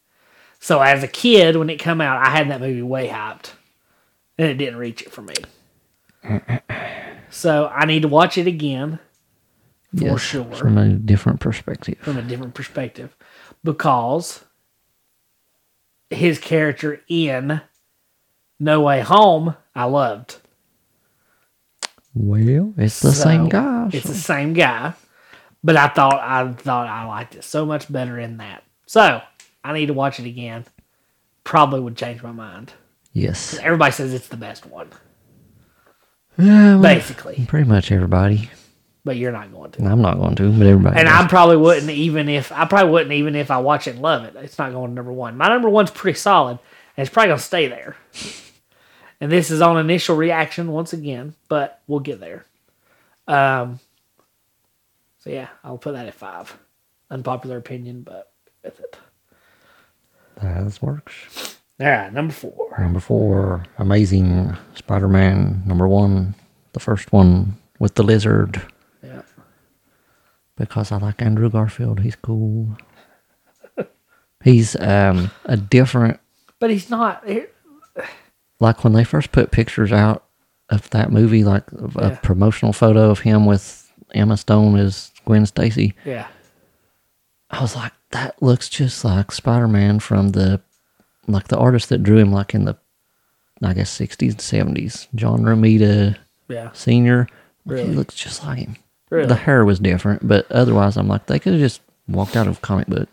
Speaker 1: So as a kid, when it come out, I had that movie way hyped and it didn't reach it for me. so I need to watch it again for sure
Speaker 2: From a different perspective.
Speaker 1: from a different perspective because his character in No Way Home I loved.
Speaker 2: Well, it's the same
Speaker 1: So,
Speaker 2: guy.
Speaker 1: It's
Speaker 2: so-
Speaker 1: the same guy, But I thought I thought I liked it so much better in that. So I need to watch it again. Probably would change my mind.
Speaker 2: Yes.
Speaker 1: Everybody says it's the best one,
Speaker 2: Yeah, well,
Speaker 1: basically.
Speaker 2: pretty much everybody.
Speaker 1: But you're not going to.
Speaker 2: And I'm not going to, but everybody.
Speaker 1: And
Speaker 2: does.
Speaker 1: I probably wouldn't even if I probably wouldn't even if I watch it and love it. It's not going to number one. My number one's pretty solid, and it's probably going to stay there. And this is on initial reaction once again, but we'll get there. Um. So yeah, I'll put that at five. Unpopular opinion, but with it.
Speaker 2: Uh, this works.
Speaker 1: All right, number four.
Speaker 2: Number four, Amazing Spider-Man. Number one, the first one with the lizard
Speaker 1: Yeah.
Speaker 2: because I like Andrew Garfield. He's cool. He's um, a different
Speaker 1: But he's not.
Speaker 2: like when they first put pictures out of that movie, like of
Speaker 1: Yeah.
Speaker 2: a promotional photo of him with Emma Stone as Gwen Stacy.
Speaker 1: Yeah.
Speaker 2: I was like, that looks just like Spider Man from the like the artist that drew him, like in the I guess sixties and seventies, John Romita
Speaker 1: Yeah.
Speaker 2: Senior. Like, He
Speaker 1: Really?
Speaker 2: looks just like him.
Speaker 1: Really?
Speaker 2: The hair was different, but otherwise, I'm like, they could have just walked out of a comic book.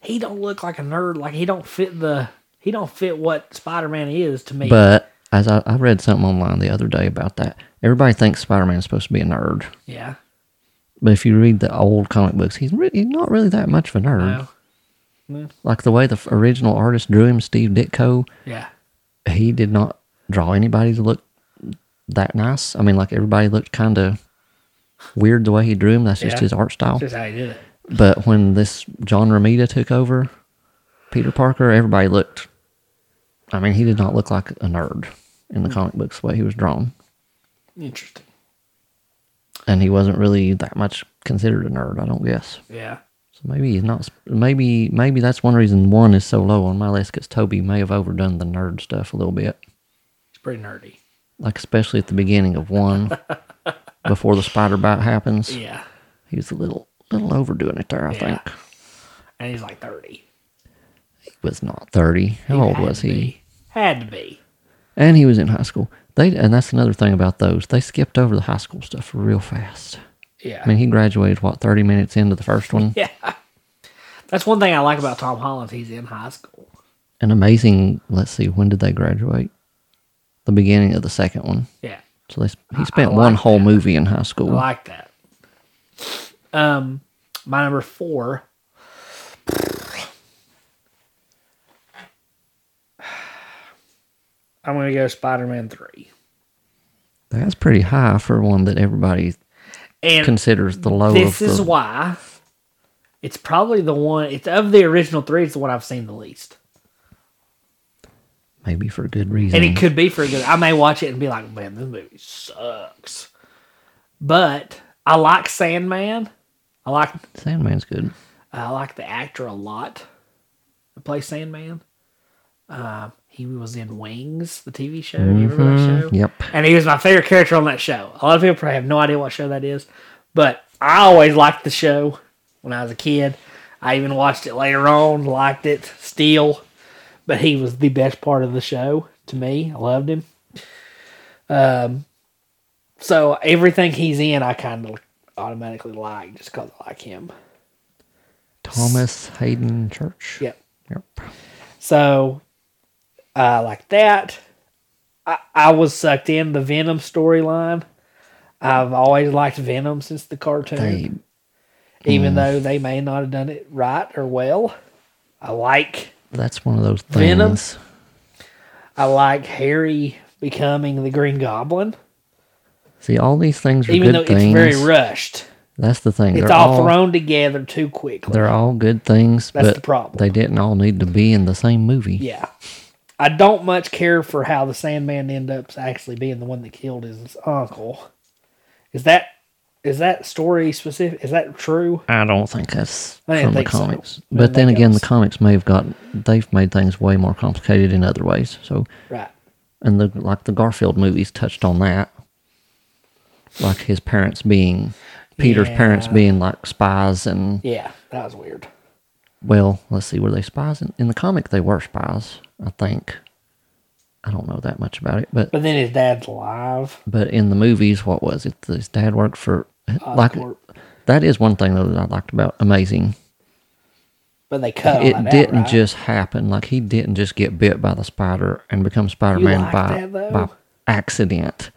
Speaker 1: He don't look like a nerd. Like he don't fit the. He don't fit what Spider Man is to me.
Speaker 2: But as I, I read something online the other day about that, everybody thinks Spider Man's supposed to be a nerd.
Speaker 1: yeah.
Speaker 2: But if you read the old comic books, he's really he's not really that much of a nerd.
Speaker 1: No.
Speaker 2: Like the way the f- original artist drew him, Steve Ditko,
Speaker 1: Yeah.
Speaker 2: he did not draw anybody to look that nice. I mean, like everybody looked kind of weird the way he drew him. That's just
Speaker 1: Yeah.
Speaker 2: his art style.
Speaker 1: That's how he did it.
Speaker 2: But when this John Romita took over Peter Parker, everybody looked. I mean, he did not look like a nerd in
Speaker 1: Mm.
Speaker 2: the comic books the way he was drawn,
Speaker 1: Interesting.
Speaker 2: and he wasn't really that much considered a nerd. I don't guess.
Speaker 1: Yeah.
Speaker 2: So maybe he's not. sp- Maybe maybe that's one reason one is so low on my list because Toby may have overdone the nerd stuff a little bit,
Speaker 1: It's pretty nerdy.
Speaker 2: like especially at the beginning
Speaker 1: *laughs*
Speaker 2: of one, before the spider bite happens.
Speaker 1: Yeah.
Speaker 2: He was a little little overdoing it there. I
Speaker 1: Yeah.
Speaker 2: think
Speaker 1: And he's like 30.
Speaker 2: he was not thirty. How old was he?
Speaker 1: Had to be.
Speaker 2: And he was in high school. They and that's another thing about those. They skipped over the high school stuff real fast.
Speaker 1: Yeah.
Speaker 2: I mean, he graduated what thirty minutes into the first one.
Speaker 1: yeah. *laughs* That's one thing I like about Tom Holland. He's in high school.
Speaker 2: An amazing. Let's see, when did they graduate? The beginning of the second one.
Speaker 1: Yeah.
Speaker 2: So they, sp- he spent
Speaker 1: I
Speaker 2: one
Speaker 1: like
Speaker 2: whole movie in high school.
Speaker 1: I like that. Um, my number four. *sighs* I'm going to go Spider Man 3.
Speaker 2: That's pretty high for one that everybody
Speaker 1: And
Speaker 2: considers the low.
Speaker 1: this
Speaker 2: of
Speaker 1: is
Speaker 2: the,
Speaker 1: why it's probably the one it's of the original three it's the one i've seen the least
Speaker 2: maybe for good reason.
Speaker 1: and it could be for a good i may watch it and be like man this movie sucks but i like sandman i like
Speaker 2: Sandman's good.
Speaker 1: i like the actor a lot that plays sandman um, he was in wings the tv show you remember that show
Speaker 2: Yep.
Speaker 1: and he was my favorite character on that show. A lot of people probably have no idea what show that is, but I always liked the show when I was a kid. I even watched it later on, liked it still, but he was the best part of the show to me. I loved him. Um, so everything he's in, I kind of automatically like just because I like him.
Speaker 2: Thomas Hayden Church.
Speaker 1: Yep.
Speaker 2: Yep.
Speaker 1: So I like that. I, I was sucked in the Venom storyline. I've always liked Venom since the cartoon,
Speaker 2: They
Speaker 1: even
Speaker 2: Mm.
Speaker 1: though they may not have done it right or well. I like
Speaker 2: that's one of those things.
Speaker 1: Venom? I like Harry becoming the Green Goblin,
Speaker 2: See, all these things are
Speaker 1: even though
Speaker 2: good things.
Speaker 1: it's very rushed.
Speaker 2: That's the thing.
Speaker 1: It's
Speaker 2: they're
Speaker 1: all,
Speaker 2: all,
Speaker 1: thrown together too quickly.
Speaker 2: They're all good things,
Speaker 1: That's
Speaker 2: but
Speaker 1: the problem.
Speaker 2: they didn't all need to be in the same movie.
Speaker 1: Yeah. I don't much care for how the Sandman end up actually being the one that killed his uncle. Is that is that story specific? Is that true?
Speaker 2: I don't think that's
Speaker 1: I didn't
Speaker 2: from the
Speaker 1: think so.
Speaker 2: comics.
Speaker 1: I
Speaker 2: But
Speaker 1: didn't
Speaker 2: then
Speaker 1: think
Speaker 2: again,
Speaker 1: that
Speaker 2: the comics may have got they've made things way more complicated in other ways. So
Speaker 1: Right.
Speaker 2: and the like the Garfield movies touched on that, like his parents being Peter's parents
Speaker 1: Yeah.
Speaker 2: being like spies and
Speaker 1: Yeah, that was weird.
Speaker 2: well, let's see, were they spies in, in the comic? They were spies, I think. I don't know that much about it, but
Speaker 1: But then his dad's alive. Uh,
Speaker 2: but in the movies, what was it? His dad worked for like
Speaker 1: Oscorp.
Speaker 2: That is one thing though that I liked about Amazing.
Speaker 1: But they cut all
Speaker 2: it
Speaker 1: that out,
Speaker 2: didn't
Speaker 1: Oh, right?
Speaker 2: just happen. Like he didn't just get bit by the spider and become Spider Man
Speaker 1: liked
Speaker 2: by
Speaker 1: that, though?
Speaker 2: by accident.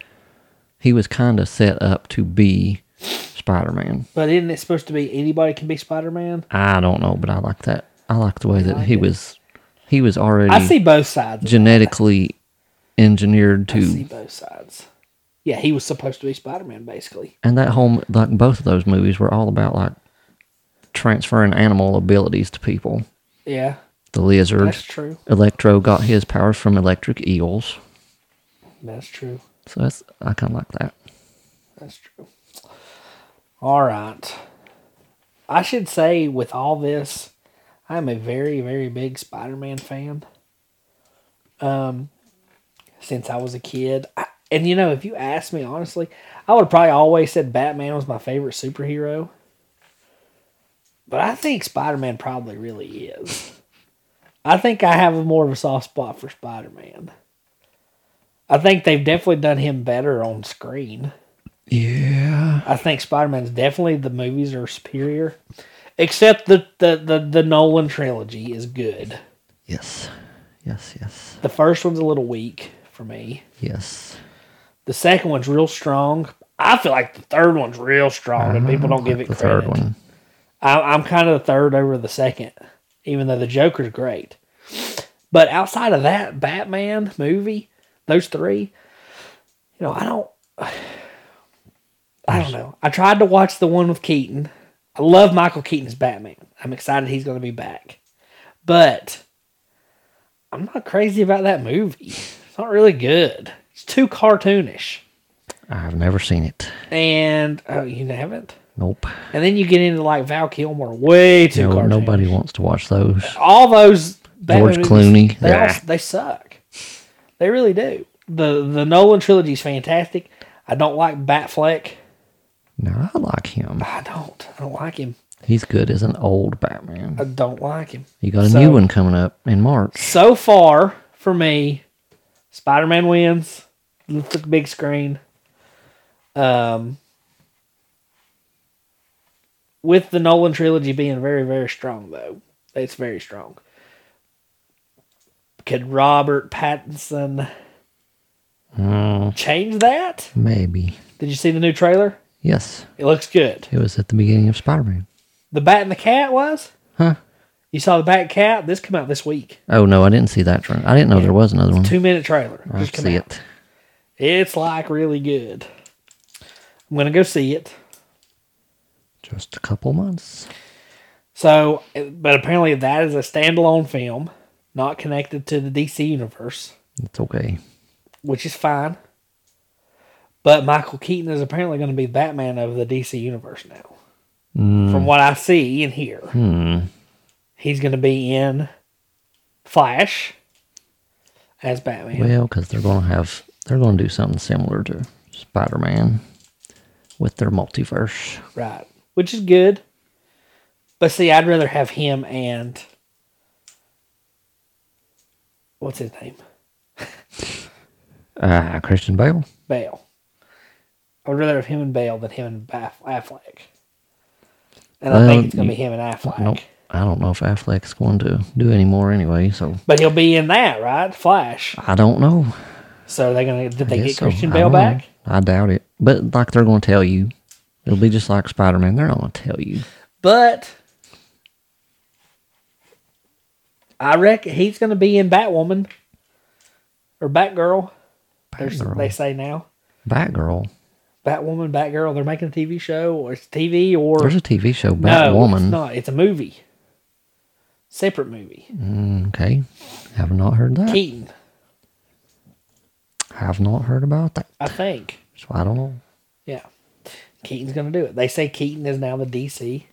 Speaker 2: He was kind of set up to be Spider Man.
Speaker 1: But isn't it supposed to be anybody can be Spider Man?
Speaker 2: I don't know, but I like that. I like the way that he was. He was already
Speaker 1: I see both sides. of
Speaker 2: genetically engineered
Speaker 1: it. I see
Speaker 2: to,
Speaker 1: both sides. Yeah, he was supposed to be Spider Man basically.
Speaker 2: and that whole like both of those movies were all about like transferring animal abilities to people.
Speaker 1: Yeah,
Speaker 2: The lizard,
Speaker 1: that's true.
Speaker 2: Electro got his powers from electric eels.
Speaker 1: That's true.
Speaker 2: So that's I kind of like that.
Speaker 1: That's true. All right. I should say, with all this, I'm a very, very big Spider Man fan. Um, since I was a kid. I, and, you know, if you asked me honestly, I would have probably always said Batman was my favorite superhero. But I think Spider Man probably really is. I think I have a more of a soft spot for Spider Man. I think they've definitely done him better on screen.
Speaker 2: Yeah.
Speaker 1: I think Spider Man's definitely the movies are superior. Except the, the, the, the Nolan trilogy is good.
Speaker 2: Yes. Yes. Yes.
Speaker 1: The first one's a little weak for me.
Speaker 2: Yes.
Speaker 1: The second one's real strong. I feel like the third one's real strong and people don't give it
Speaker 2: Uh-huh. the
Speaker 1: credit.
Speaker 2: third one.
Speaker 1: I, I'm kind of the third over the second, even though the Joker's great. But outside of that Batman movie, those three, you know, I don't, I don't know. I tried to watch the one with Keaton. I love Michael Keaton's Batman. I'm excited he's going to be back, but I'm not crazy about that movie. It's not really good. It's too cartoonish,
Speaker 2: I've never seen it.
Speaker 1: and oh, you haven't.
Speaker 2: Nope.
Speaker 1: And then you get into like Val Kilmer, way too
Speaker 2: No,
Speaker 1: cartoonish.
Speaker 2: nobody wants to watch those.
Speaker 1: all those Batman
Speaker 2: George
Speaker 1: movies,
Speaker 2: Clooney.
Speaker 1: They, all,
Speaker 2: Yeah.
Speaker 1: they suck. They really do. the The Nolan trilogy is fantastic. I don't like Batfleck.
Speaker 2: No, I like him.
Speaker 1: I don't. I don't like him.
Speaker 2: He's good as an old
Speaker 1: I
Speaker 2: Batman.
Speaker 1: don't like him.
Speaker 2: You got a
Speaker 1: Uh, so-
Speaker 2: new one coming up in March.
Speaker 1: So far for me, Spider Man wins. Look at the big screen. Um, with the Nolan trilogy being very, very strong, though it's very strong. Could Robert Pattinson
Speaker 2: Mm,
Speaker 1: change that?
Speaker 2: maybe.
Speaker 1: Did you see the new trailer?
Speaker 2: Yes,
Speaker 1: It looks good.
Speaker 2: it was at the beginning of Spider Man.
Speaker 1: The Bat and the Cat was.
Speaker 2: Huh?
Speaker 1: You saw the Bat and Cat. This came out this week.
Speaker 2: Oh no, I didn't see that. Trend. I didn't know there was another one.
Speaker 1: Two minute trailer.
Speaker 2: I
Speaker 1: Just come
Speaker 2: see
Speaker 1: out.
Speaker 2: it.
Speaker 1: It's like really good. I'm gonna go see it.
Speaker 2: Just a couple months.
Speaker 1: So, but apparently that is a standalone film, not connected to the DC universe,
Speaker 2: It's okay.
Speaker 1: which is fine. But Michael Keaton is apparently going to be Batman of the DC universe now.
Speaker 2: Mm,
Speaker 1: From what I see and hear,
Speaker 2: hmm.
Speaker 1: he's going to be in Flash as Batman.
Speaker 2: Well, because they're going to have they're going to do something similar to Spider Man with their multiverse.
Speaker 1: Right. Which is good. But see, I'd rather have him and what's his name?
Speaker 2: Uh, Christian Bale.
Speaker 1: Bale. I would rather have him and Bale than him and Baff- Affleck. And I
Speaker 2: Well,
Speaker 1: think it's gonna be
Speaker 2: you-
Speaker 1: him and Affleck.
Speaker 2: Nope. I don't know if Affleck's going to do any more anyway. So
Speaker 1: But he'll be in that, right? Flash.
Speaker 2: I don't know.
Speaker 1: So they're gonna did they
Speaker 2: Guess
Speaker 1: get
Speaker 2: so.
Speaker 1: Christian
Speaker 2: I
Speaker 1: Bale
Speaker 2: don't know.
Speaker 1: back?
Speaker 2: I doubt it. But like they're going to tell you, it'll be just like Spider Man. They're not going to tell you.
Speaker 1: But I reckon he's gonna be in Batwoman or Batgirl. There's,
Speaker 2: Batgirl.
Speaker 1: they say now.
Speaker 2: Batgirl.
Speaker 1: Batwoman, Batgirl. They're making a TV show, or it's TV, or
Speaker 2: There's a TV show,
Speaker 1: No, it's
Speaker 2: Batwoman.
Speaker 1: not. It's a movie. Separate movie.
Speaker 2: Mm, okay, have not heard that.
Speaker 1: Keaton,
Speaker 2: Have not heard about that.
Speaker 1: I think.
Speaker 2: So I don't know.
Speaker 1: Yeah, Keaton's gonna do it. They say Keaton is now the DC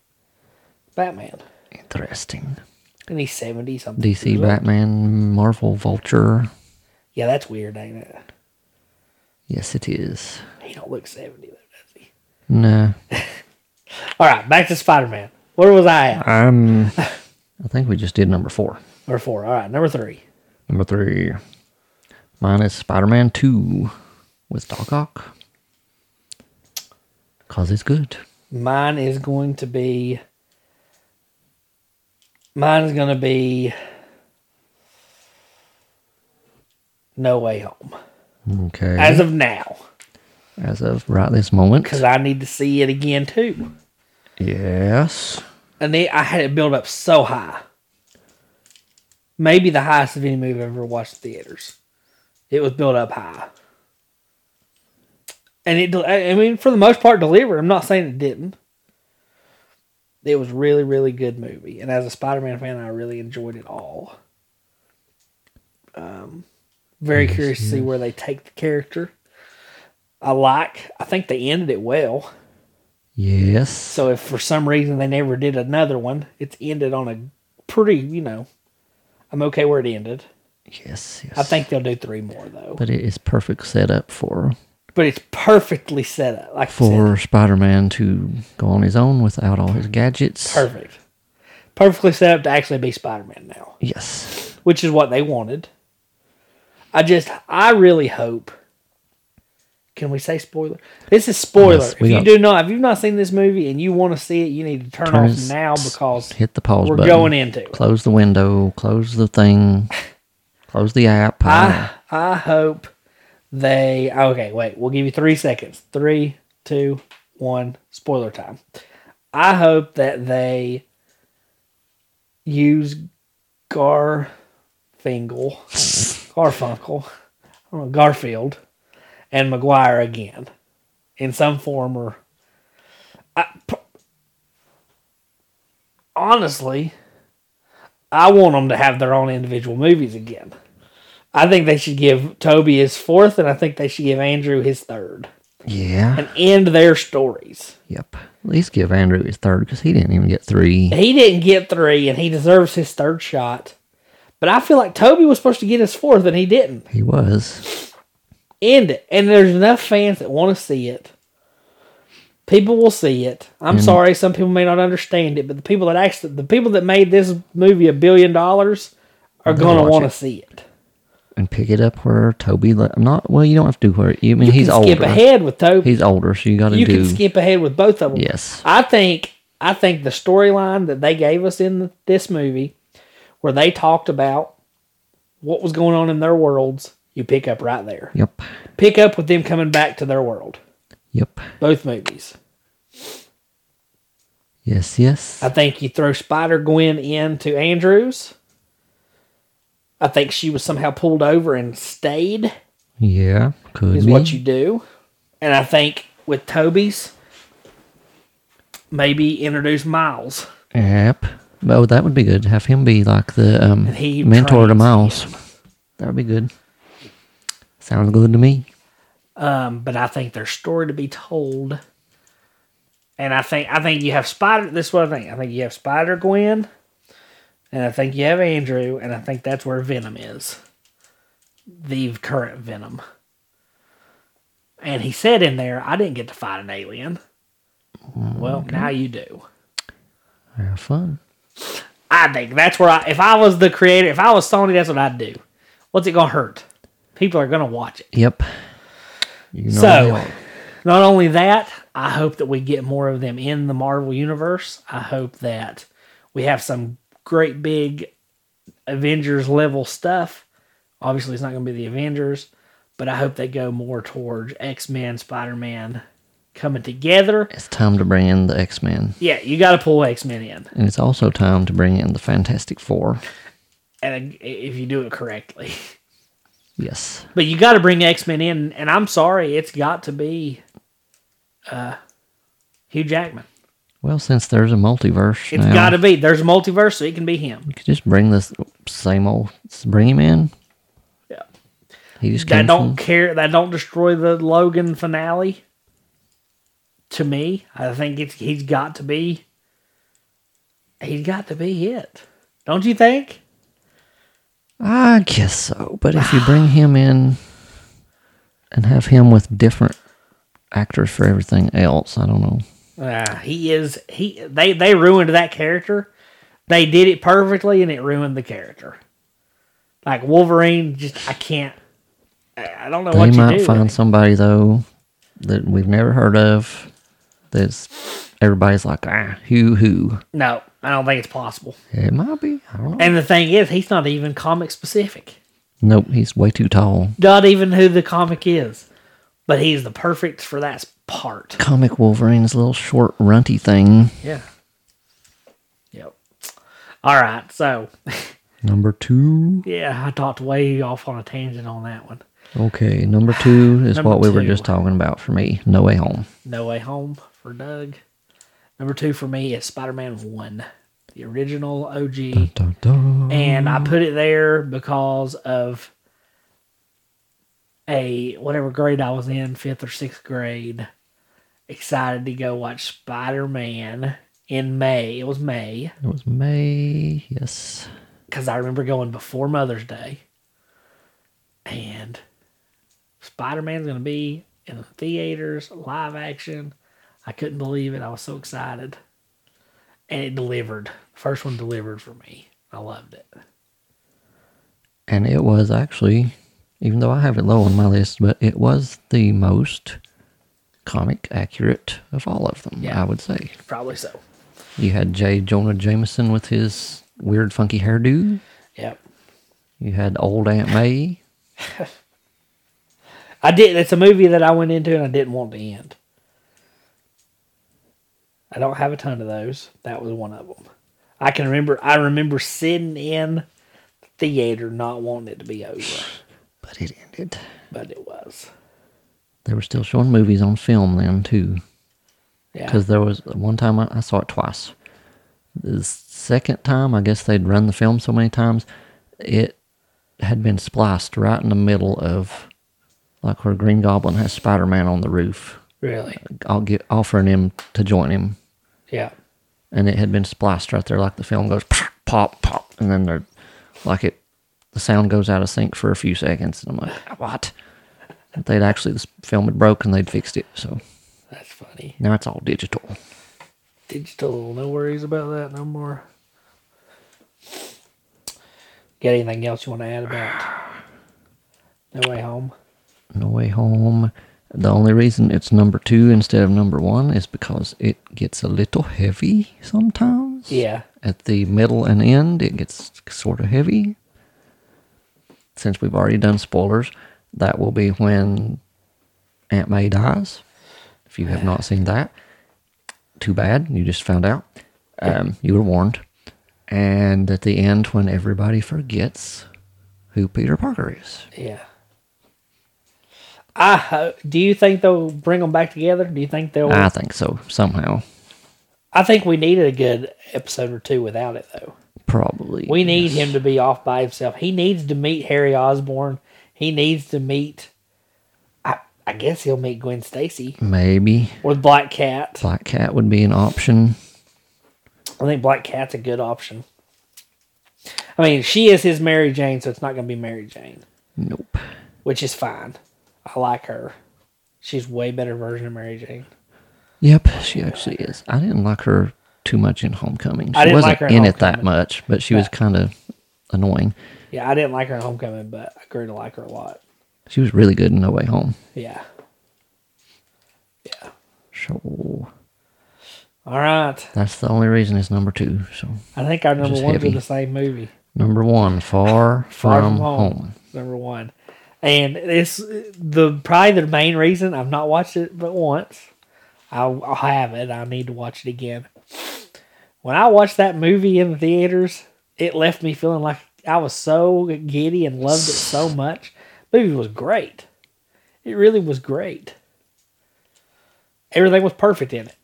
Speaker 1: Batman,
Speaker 2: Interesting.
Speaker 1: and he's seventy something.
Speaker 2: DC
Speaker 1: years old.
Speaker 2: Batman, Marvel Vulture.
Speaker 1: Yeah, that's weird, ain't it?
Speaker 2: Yes, it is.
Speaker 1: He don't look seventy though, does he?
Speaker 2: Nah,
Speaker 1: All right, back to Spider Man. Where was I at?
Speaker 2: I'm. I think we just did number four.
Speaker 1: Number four. All right, number three.
Speaker 2: Number three. Mine is Spider Man 2 with Doc Ock. Because it's good.
Speaker 1: Mine is going to be. Mine is going to be. No way home.
Speaker 2: Okay.
Speaker 1: As of now.
Speaker 2: As of right this moment.
Speaker 1: Because I need to see it again, too.
Speaker 2: Yes.
Speaker 1: And they, I had it built up so high. Maybe the highest of any movie I've ever watched in theaters. It was built up high. And it, del- I I mean, for the most part, delivered. I'm not saying it didn't. It was really, really good movie. And as a Spider-Man fan, I really enjoyed it all. Um, very curious to see where they take the character. I like. I think they ended it well.
Speaker 2: Yes.
Speaker 1: So if for some reason they never did another one, it's ended on a pretty, you know, I'm okay where it ended.
Speaker 2: yes. Yes.
Speaker 1: I think they'll do three more though.
Speaker 2: But it is perfect setup for
Speaker 1: But it's perfectly set up. Like I said,
Speaker 2: for Spider-Man to go on his own without all his gadgets.
Speaker 1: perfect. Perfectly set up to actually be Spider Man now,
Speaker 2: Yes.
Speaker 1: which is what they wanted. I just, I really hope. Can we say spoiler? This is spoiler.
Speaker 2: Yes,
Speaker 1: if
Speaker 2: we
Speaker 1: you
Speaker 2: got-
Speaker 1: do not, if you've not seen this movie and you want to see it, you need to turn,
Speaker 2: Turn
Speaker 1: off
Speaker 2: his-
Speaker 1: now because
Speaker 2: Hit the pause
Speaker 1: we're
Speaker 2: button.
Speaker 1: going into it.
Speaker 2: Close the window. Close the thing. Close the app. uh,
Speaker 1: I I hope they okay, wait, we'll give you three seconds. Three, two, one, spoiler time. I hope that they use Garfinkel. Garfunkel. I don't know, Garfield and McGuire again. In some form or I, p- honestly, I want them to have their own individual movies again. I think they should give Toby his fourth, and I think they should give Andrew his third,
Speaker 2: yeah.
Speaker 1: and end their stories.
Speaker 2: Yep. At least give Andrew his third because he didn't even get three.
Speaker 1: He didn't get three, and he deserves his third shot. But I feel like Toby was supposed to get his fourth, and he didn't.
Speaker 2: He was.
Speaker 1: End it, and there's enough fans that want to see it. People will see it. I'm sorry, some people may not understand it, but the people that actually, the people that made this movie a billion dollars, are gonna
Speaker 2: watch
Speaker 1: want to
Speaker 2: it.
Speaker 1: see it.
Speaker 2: And pick it up where Toby. Le- I'm not. Well, you don't have to do where. You I mean
Speaker 1: you
Speaker 2: he's
Speaker 1: can
Speaker 2: older.
Speaker 1: skip ahead with Toby.
Speaker 2: He's older, so you got to
Speaker 1: you
Speaker 2: do.
Speaker 1: can skip ahead with both of them.
Speaker 2: Yes.
Speaker 1: I think I think the storyline that they gave us in this movie, where they talked about what was going on in their worlds, you pick up right there.
Speaker 2: Yep.
Speaker 1: Pick up with them coming back to their world.
Speaker 2: Yep.
Speaker 1: Both movies.
Speaker 2: Yes. Yes.
Speaker 1: I think you throw Spider Gwen into Andrews. I think she was somehow pulled over and stayed.
Speaker 2: yeah. Could
Speaker 1: is
Speaker 2: be.
Speaker 1: what you do. And I think with Toby's, maybe introduce Miles.
Speaker 2: Yep. Oh, that would be good. Have him be like the um,
Speaker 1: he
Speaker 2: mentor to
Speaker 1: trains
Speaker 2: Miles. That would be good. Sounds good to me.
Speaker 1: um, but I think there's story to be told. And I think I think you have Spider. This is what I think. I think you have Spider Gwen, and I think you have Andrew, and I think that's where Venom is, the current Venom. And he said in there, "I didn't get to fight an alien." Well, now you do.
Speaker 2: Have fun.
Speaker 1: I think that's where I. If I was the creator, if I was Sony, that's what I'd do. What's it gonna hurt? People are gonna watch it.
Speaker 2: Yep. You know
Speaker 1: So-
Speaker 2: what?
Speaker 1: Not only that, I hope that we get more of them in the Marvel Universe. I hope that we have some great big Avengers level stuff. Obviously, it's not going to be the Avengers, but I hope they go more towards X Men, Spider Man coming together.
Speaker 2: it's time to bring in the X Men,
Speaker 1: Yeah, you got to pull X Men in,
Speaker 2: and it's also time to bring in the Fantastic Four.
Speaker 1: and if you do it correctly. *laughs*
Speaker 2: Yes.
Speaker 1: But you got to bring X Men in, and I'm sorry, it's got to be uh, Hugh Jackman.
Speaker 2: Well, since there's a multiverse
Speaker 1: It's
Speaker 2: now,
Speaker 1: got to be. There's a multiverse, so it can be him.
Speaker 2: you could just bring this same old. Bring him in.
Speaker 1: Yeah.
Speaker 2: He just
Speaker 1: that
Speaker 2: came
Speaker 1: don't
Speaker 2: from.
Speaker 1: care that don't destroy the Logan finale. To me, I think it's he's got to be he's got to be it. Don't you think?
Speaker 2: I guess so, but if you bring him in and have him with different actors for everything else, I don't know. Ah.
Speaker 1: Uh, he is he they they ruined that character. They did it perfectly and it ruined the character. Like Wolverine just I can't I I don't know
Speaker 2: They
Speaker 1: what you
Speaker 2: might
Speaker 1: do.
Speaker 2: find somebody though that we've never heard of that's everybody's like, ah, hoo hoo.
Speaker 1: No, I don't think it's possible.
Speaker 2: It might be. I don't know.
Speaker 1: And the thing is, he's not even comic specific.
Speaker 2: Nope, he's way too tall.
Speaker 1: Not even who the comic is. But he's the perfect for that part.
Speaker 2: Comic Wolverine's little short runty thing.
Speaker 1: Yeah. Yep. All right. So,
Speaker 2: Number two.
Speaker 1: yeah, I talked way off on a tangent on that one.
Speaker 2: Okay, *sighs* number two is
Speaker 1: Number
Speaker 2: what we were
Speaker 1: two.
Speaker 2: just talking about for me. No way home.
Speaker 1: No Way Home for Doug. Number two for me is Spider Man 1, the original OG.
Speaker 2: Dun, dun.
Speaker 1: And I put it there because of a whatever grade I was in, fifth or sixth grade, excited to go watch Spider Man in May. It was May
Speaker 2: It was May. Yes.
Speaker 1: because I remember going before Mother's Day. And Spider Man's going to be in the theaters, live action. I couldn't believe it. I was so excited. And it delivered. First one delivered for me. I loved it.
Speaker 2: And it was actually, even though I have it low on my list, but it was the most comic accurate of all of them,
Speaker 1: Yeah.
Speaker 2: I would say.
Speaker 1: Probably so.
Speaker 2: You had J. Jonah Jameson with his weird, funky hairdo.
Speaker 1: Yep.
Speaker 2: You had old Aunt May.
Speaker 1: I did. It's a movie that I went into and I didn't want to end. I don't have a ton of those. That was one of them. I can remember. I remember sitting in the theater, not wanting it to be over,
Speaker 2: But it ended.
Speaker 1: but it was.
Speaker 2: They were still showing movies on film then, too.
Speaker 1: Yeah.
Speaker 2: Because there was one time I, I saw it twice. The second time, I guess they'd run the film so many times, it had been spliced right in the middle of like where Green Goblin has Spider Man on the roof,
Speaker 1: Really.
Speaker 2: I'll get, offering him to join him.
Speaker 1: Yeah.
Speaker 2: And it had been spliced right there, like the film goes pop, pop, and then they're like it, the sound goes out of sync for a few seconds. And I'm like, what? But They'd actually, this film had broken, they'd fixed it. So
Speaker 1: That's funny.
Speaker 2: now it's all digital.
Speaker 1: Digital. No worries about that no more. Got anything else you want to add about No Way Home?
Speaker 2: No Way Home. The only reason it's number two instead of number one is because it gets a little heavy sometimes.
Speaker 1: Yeah.
Speaker 2: At the middle and end, it gets sort of heavy. Since we've already done spoilers, that will be when Aunt May dies. If you have not seen that, too bad. You just found out. Um, you were warned. And at the end, when everybody forgets who Peter Parker is.
Speaker 1: Yeah. I hope. Do you think they'll bring them back together? Do you think they'll?
Speaker 2: I think so, somehow.
Speaker 1: I think we needed a good episode or two without it, though.
Speaker 2: Probably.
Speaker 1: We need him to be off by himself. He needs to meet Harry Osborne. He needs to meet. I I guess he'll meet Gwen Stacy
Speaker 2: Maybe.
Speaker 1: or Black Cat.
Speaker 2: Black Cat would be an option.
Speaker 1: I think Black Cat's a good option. I mean, she is his Mary Jane, so it's not going to be Mary Jane,
Speaker 2: Nope.
Speaker 1: which is fine. I like her. She's way better version of Mary Jane.
Speaker 2: Yep, she actually is. I didn't like her too much in Homecoming. She
Speaker 1: I didn't
Speaker 2: wasn't
Speaker 1: like her in
Speaker 2: in, it that
Speaker 1: Homecoming.
Speaker 2: much, but she was kind of annoying.
Speaker 1: Yeah, I didn't like her in Homecoming, but I grew to like her a lot.
Speaker 2: She was really good in No Way Home.
Speaker 1: Yeah. Yeah.
Speaker 2: So
Speaker 1: All right.
Speaker 2: that's the only reason it's number two. So
Speaker 1: I think our number
Speaker 2: Just
Speaker 1: ones are
Speaker 2: heavy.
Speaker 1: the same movie.
Speaker 2: number one, Far,
Speaker 1: Far
Speaker 2: from,
Speaker 1: from home.
Speaker 2: home.
Speaker 1: Number one. And it's the probably the main reason I've not watched it but once. I, I have it. I need to watch it again. When I watched that movie in the theaters, it left me feeling like I was so giddy and loved it
Speaker 2: *sighs*
Speaker 1: so much. movie was great. It really was great. Everything was perfect in it.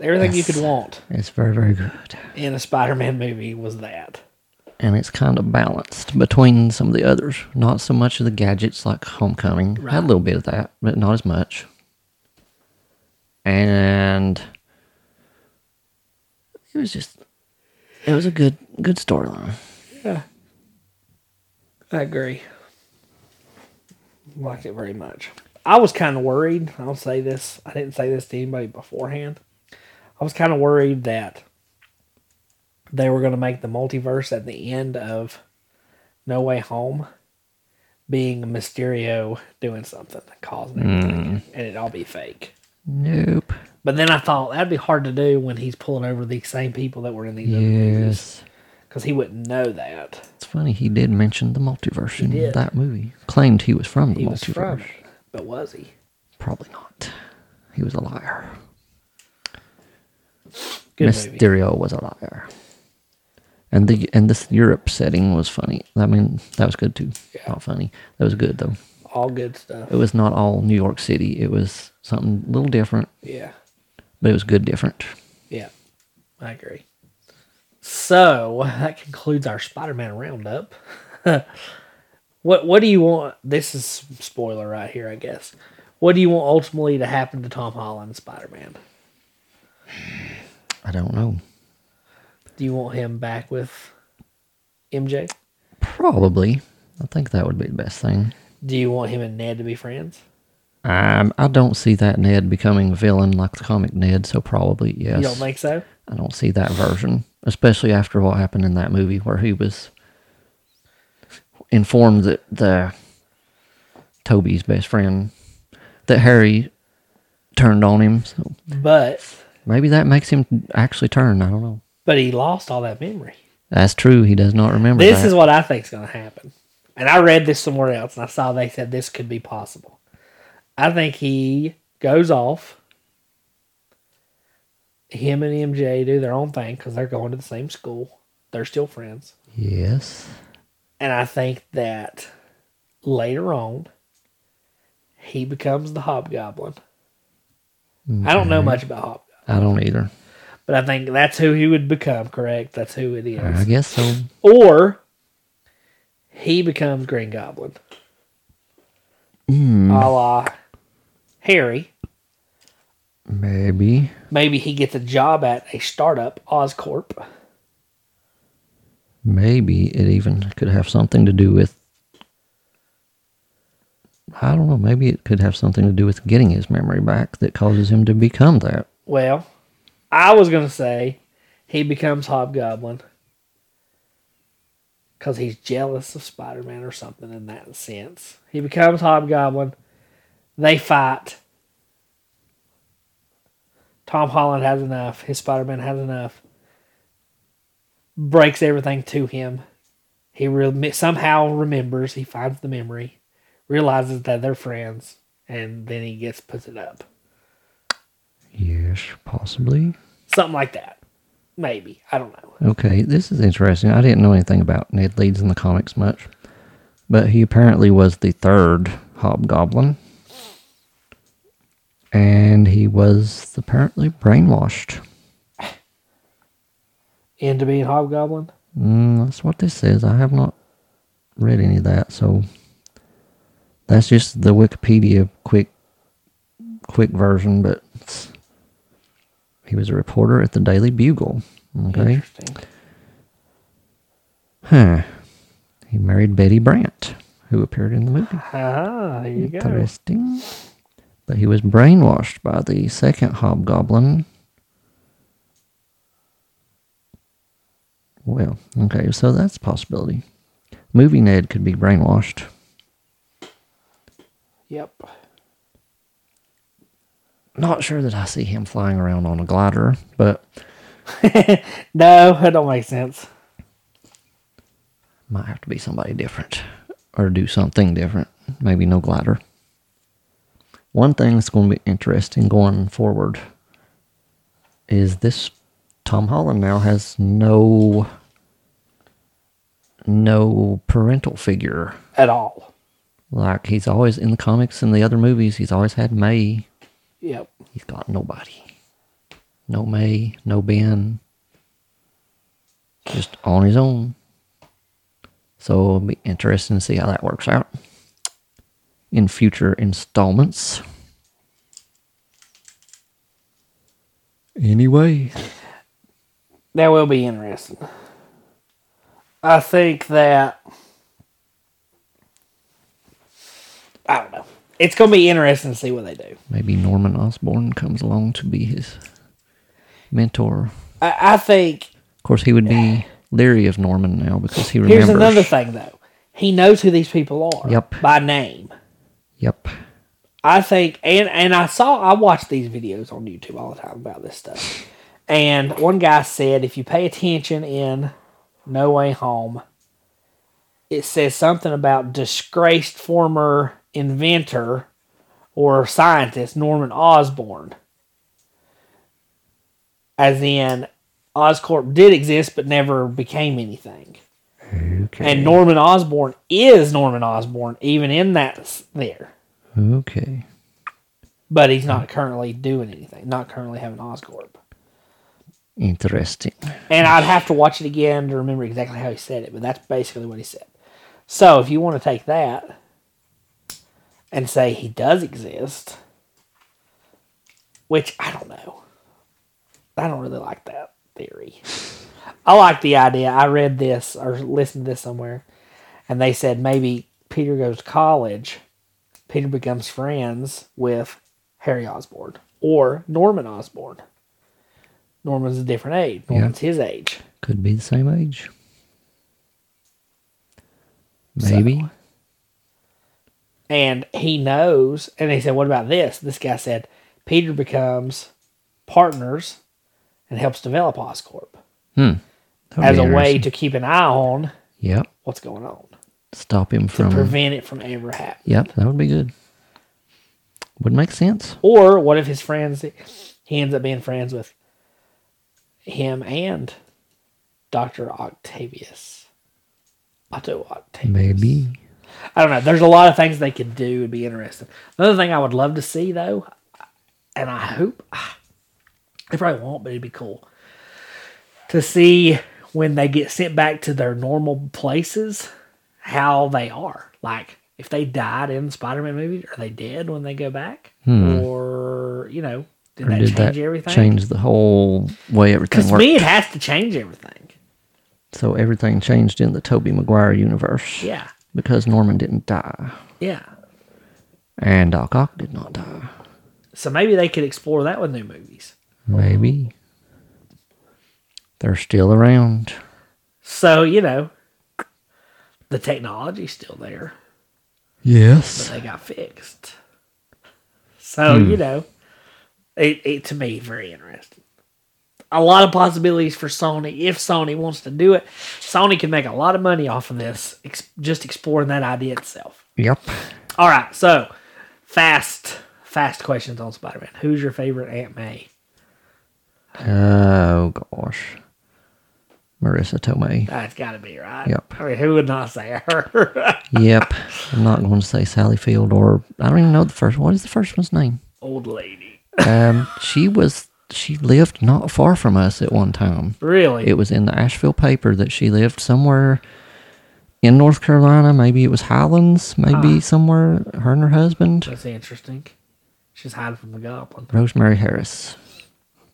Speaker 1: Everything you
Speaker 2: Yes.
Speaker 1: could want
Speaker 2: It's very, very good.
Speaker 1: in a Spider-Man movie was that.
Speaker 2: And it's kind of balanced between some of the others. Not so much of the gadgets like Homecoming. Had a little bit of that, but not as much. And it was just, it was a good, good storyline.
Speaker 1: I agree. Liked it very much. I was kind of worried. I'll say this. I didn't say this to anybody beforehand. I was kind of worried that they were going to make the multiverse at the end of No Way Home being
Speaker 2: Hmm.
Speaker 1: Mysterio doing something, causing everything, and it all be fake.
Speaker 2: Nope.
Speaker 1: But then I thought that'd be hard to do when he's pulling over the same people that were in these other movies
Speaker 2: Yes.
Speaker 1: because he wouldn't know that
Speaker 2: It's funny, he did mention the multiverse in
Speaker 1: did.
Speaker 2: that movie. Claimed he was from the
Speaker 1: he was
Speaker 2: multiverse.
Speaker 1: from. it. But was he?
Speaker 2: Probably not. He was a liar.
Speaker 1: Good movie.
Speaker 2: Mysterio was a liar. And the and this Europe setting was funny. I mean, that was good too. Not funny. That was good though.
Speaker 1: All good stuff.
Speaker 2: It was not all New York City. It was something a little different,
Speaker 1: Yeah.
Speaker 2: but it was good different.
Speaker 1: Yeah, I agree. So that concludes our Spider-Man roundup. *laughs* what What do you want? This is spoiler right here, I guess. What do you want ultimately to happen to Tom Holland, Spider-Man?
Speaker 2: I don't know.
Speaker 1: Do you want him back with MJ?
Speaker 2: Probably. I think that would be the best thing.
Speaker 1: Do you want him and Ned to be friends?
Speaker 2: Um, I don't see that Ned becoming a villain like the comic Ned, so probably yes.
Speaker 1: You don't think so?
Speaker 2: I don't see that version, especially after what happened in that movie where he was informed that the Toby's best friend that Harry turned on him. So
Speaker 1: But
Speaker 2: maybe that makes him actually turn. I don't know.
Speaker 1: but he lost all that memory.
Speaker 2: That's true. He does not remember.
Speaker 1: This
Speaker 2: that.
Speaker 1: is what I think is going to happen. And I read this somewhere else, and I saw they said this could be possible. I think he goes off. Him and MJ do their own thing because they're going to the same school. They're still friends.
Speaker 2: yes.
Speaker 1: And I think that later on, he becomes the hobgoblin. I don't know much about hobgoblin,
Speaker 2: I don't either.
Speaker 1: but I think that's who he would become, correct? That's who it is.
Speaker 2: I guess so.
Speaker 1: or he becomes Green Goblin.
Speaker 2: Hmm. Mm.
Speaker 1: A la Harry.
Speaker 2: Maybe.
Speaker 1: Maybe he gets a job at a startup, Oscorp.
Speaker 2: Maybe it even could have something to do with. I don't know. Maybe it could have something to do with getting his memory back that causes him to become that.
Speaker 1: Well, I was going to say he becomes Hobgoblin because he's jealous of Spider Man or something in that sense. He becomes Hobgoblin. They fight. Tom Holland has enough. His Spider Man has enough. Breaks everything to him. He re- somehow remembers. He finds the memory, realizes that they're friends, and then he gets puts it up.
Speaker 2: Yes, possibly.
Speaker 1: something like that. Maybe I don't know.
Speaker 2: Okay, this is interesting. I didn't know anything about Ned Leeds in the comics much, but he apparently was the third hobgoblin. And he was apparently brainwashed.
Speaker 1: Into being hobgoblin.
Speaker 2: Mm, that's what this says. I have not read any of that, so that's just the Wikipedia quick quick version. But it's- he was a reporter at the Daily Bugle. Okay,
Speaker 1: Interesting.
Speaker 2: huh? He married Betty Brant, who appeared in the movie.
Speaker 1: Ah, there you go.
Speaker 2: Interesting. But he was brainwashed by the second hobgoblin. Well, okay, so that's a possibility. Movie Ned could be brainwashed.
Speaker 1: Yep.
Speaker 2: Not sure that I see him flying around on a glider, but
Speaker 1: No, it don't make sense.
Speaker 2: might have to be somebody different or do something different. Maybe no glider. One thing that's going to be interesting going forward is this Tom Holland now has no no parental figure.
Speaker 1: At all.
Speaker 2: Like he's always in the comics and the other movies, he's always had May.
Speaker 1: Yep.
Speaker 2: He's got nobody. No May, no Ben. Just on his own. So it'll be interesting to see how that works out in future installments. Anyway,
Speaker 1: That will be interesting. I think that I don't know. It's gonna be interesting to see what they do.
Speaker 2: maybe Norman Osborn comes along to be his mentor.
Speaker 1: I, I think
Speaker 2: Of course, he would be leery of Norman now because he remembers.
Speaker 1: here's another thing though. He knows who these people are.
Speaker 2: Yep.
Speaker 1: By name.
Speaker 2: Yep.
Speaker 1: I think, and and I saw, I watch these videos on YouTube all the time about this stuff. And one guy said, if you pay attention in No Way Home, it says something about disgraced former inventor or scientist Norman Osborn. As in, Oscorp did exist but never became anything.
Speaker 2: Okay.
Speaker 1: And Norman Osborn is Norman Osborn, even in that s- there.
Speaker 2: okay.
Speaker 1: But he's not currently doing anything, not currently having Oscorp.
Speaker 2: Interesting.
Speaker 1: And I'd have to watch it again to remember exactly how he said it, but that's basically what he said. So if you want to take that and say he does exist, which I don't know. I don't really like that theory. I like the idea. I read this or listened to this somewhere, and they said maybe Peter goes to college, Peter becomes friends with Harry Osborne or Norman Osborne. Norman's a different age.
Speaker 2: Yeah.
Speaker 1: Norman's his age.
Speaker 2: Could be the same age. Maybe.
Speaker 1: So- and he knows and they said what about this this guy said peter becomes partners and helps develop oscorp
Speaker 2: hmm. That would
Speaker 1: as
Speaker 2: be
Speaker 1: a way
Speaker 2: interesting.
Speaker 1: to keep an eye on
Speaker 2: Yep.
Speaker 1: what's going on
Speaker 2: Stop him
Speaker 1: to
Speaker 2: from.
Speaker 1: prevent it from ever happening
Speaker 2: yep. That would be good. Would make sense.
Speaker 1: or what if his friends he ends up being friends with him and dr octavius otto octavius
Speaker 2: Maybe.
Speaker 1: I don't know. There's a lot of things they could do. It'd be interesting. Another thing I would love to see though, and I hope *sighs* they probably won't, but it'd be cool to see when they get sent back to their normal places how they are. Like if they died in Spider-Man movies, are they dead when they go back,
Speaker 2: Hmm.
Speaker 1: or you know, did
Speaker 2: Or
Speaker 1: that
Speaker 2: did
Speaker 1: change
Speaker 2: that
Speaker 1: everything?
Speaker 2: change the whole way everything
Speaker 1: Because
Speaker 2: worked?
Speaker 1: me, it has to change everything.
Speaker 2: So everything changed in the Toby Maguire universe.
Speaker 1: Yeah,
Speaker 2: Because Norman didn't die.
Speaker 1: yeah.
Speaker 2: And Doc Ock did not die.
Speaker 1: So maybe they could explore that with new movies.
Speaker 2: Maybe. They're still around.
Speaker 1: So, you know, the technology's still there, but
Speaker 2: Yes.
Speaker 1: they got fixed. So, you know, it, it to me very interesting. A lot of possibilities for Sony if Sony wants to do it. Sony can make a lot of money off of this, ex- just exploring that idea itself.
Speaker 2: Yep.
Speaker 1: All right, so fast, fast questions on Spider-Man. Who's your favorite Aunt May?
Speaker 2: Oh gosh. Marissa Tomei.
Speaker 1: That's got to be right.
Speaker 2: Yep.
Speaker 1: I mean, who would not say her? *laughs*
Speaker 2: Yep. I'm not going to say Sally Field or I don't even know the first. What is the first one's name?
Speaker 1: Old lady.
Speaker 2: Um, she was. She lived not far from us at one time.
Speaker 1: Really?
Speaker 2: It was in the Asheville paper that she lived somewhere in North Carolina. Maybe it was Highlands. Maybe
Speaker 1: Ah.
Speaker 2: somewhere her and her husband,
Speaker 1: That's interesting. She's hiding from the goblin.
Speaker 2: Rosemary Harris.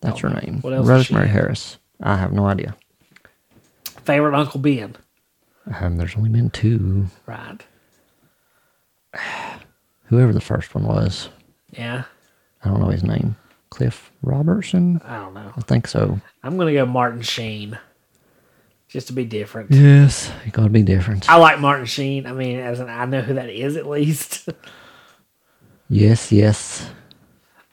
Speaker 2: That's her name.
Speaker 1: Oh, What else does she
Speaker 2: Rosemary
Speaker 1: have?
Speaker 2: Harris. I have no idea.
Speaker 1: Favorite Uncle Ben.
Speaker 2: Um, there's only been two.
Speaker 1: Right.
Speaker 2: Whoever the first one was,
Speaker 1: Yeah.
Speaker 2: I don't know his name. Cliff Robertson.
Speaker 1: I don't know.
Speaker 2: I think so.
Speaker 1: I'm gonna go Martin Sheen. Just to be different.
Speaker 2: Yes, it got to be different.
Speaker 1: I like Martin Sheen. I mean, as an I know who that is at least. *laughs*
Speaker 2: Yes, yes.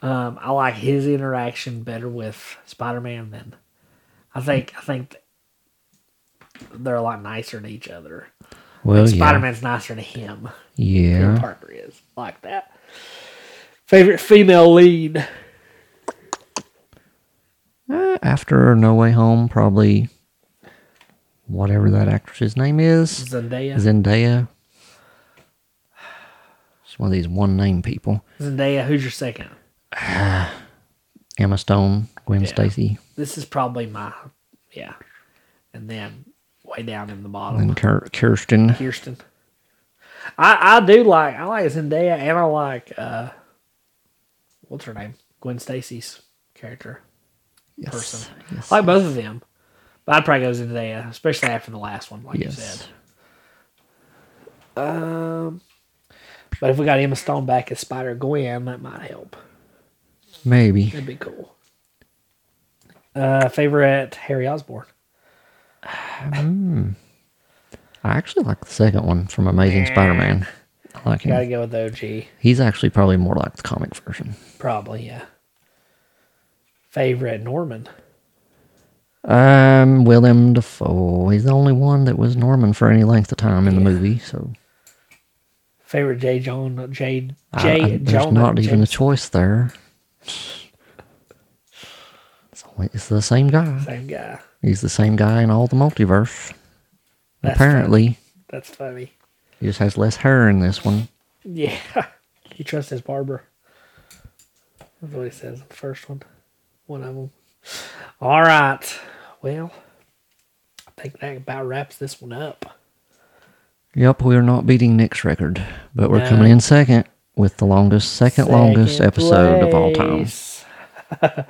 Speaker 1: Um, I like his interaction better with Spider Man than I think I think they're a lot nicer to each other.
Speaker 2: Well, Oh, yeah.
Speaker 1: Spider Man's nicer to him. Peter
Speaker 2: Yeah.
Speaker 1: Parker is. I like that. Favorite female lead.
Speaker 2: Uh, after No Way Home, probably whatever that actress's name is,
Speaker 1: Zendaya.
Speaker 2: Zendaya. It's one of these one name people.
Speaker 1: Zendaya, who's your second?
Speaker 2: Emma Stone, Gwen
Speaker 1: Yeah.
Speaker 2: Stacy,
Speaker 1: This is probably my yeah. And then way down in the bottom,
Speaker 2: and Kir- Kirsten.
Speaker 1: Kirsten. I I do like I like Zendaya and I like uh what's her name? Gwen Stacy's character.
Speaker 2: Yes.
Speaker 1: person.
Speaker 2: Yes.
Speaker 1: I like both of them. But I'd probably go Zendaya, especially after the last one, like you
Speaker 2: yes.
Speaker 1: said. Um But if we got Emma Stone back as Spider Gwen, that might help.
Speaker 2: Maybe.
Speaker 1: That'd be cool. Uh favorite Harry Osborn.
Speaker 2: I actually like the second one from Amazing Spider Man. I like him.
Speaker 1: Gotta go with OG.
Speaker 2: He's actually probably more like the comic version.
Speaker 1: Probably, yeah. Favorite Norman.
Speaker 2: Um, Willem Dafoe. He's the only one that was Norman for any length of time in the movie. So
Speaker 1: Favorite J. John J. J.
Speaker 2: I- I- there's
Speaker 1: Jonah
Speaker 2: not even a
Speaker 1: Jameson.
Speaker 2: choice there. It's, only, it's the same
Speaker 1: *laughs*
Speaker 2: guy.
Speaker 1: same guy.
Speaker 2: He's the same guy in all the multiverse.
Speaker 1: That's
Speaker 2: Apparently,
Speaker 1: That's funny.
Speaker 2: he just has less hair in this one.
Speaker 1: Yeah. *laughs* He trusts his barber. That's what he says in the first one. One of them. All right. Well, I think that about wraps this one up.
Speaker 2: Yep, we are not beating Nick's record, but we're
Speaker 1: No.
Speaker 2: coming in second with the longest, second, longest
Speaker 1: Second
Speaker 2: episode of all time.
Speaker 1: place. *laughs* all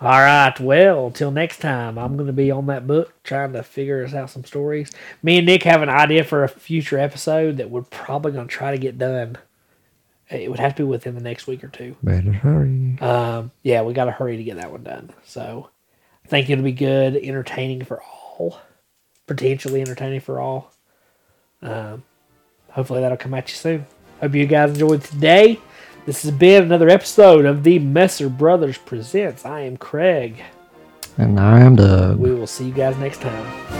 Speaker 1: right. Well, till next time, I'm going to be on that book trying to figure us out some stories. Me and Nick have an idea for a future episode that we're probably going to try to get done. It would have to be within the next week or two.
Speaker 2: Better hurry.
Speaker 1: Um, yeah, we got to hurry to get that one done. So I think it'll be good, entertaining for all, potentially entertaining for all. Um, hopefully that'll come at you soon. Hope you guys enjoyed today. This has been another episode of the Messer Brothers Presents. I am Craig.
Speaker 2: And I am Doug.
Speaker 1: We will see you guys next time.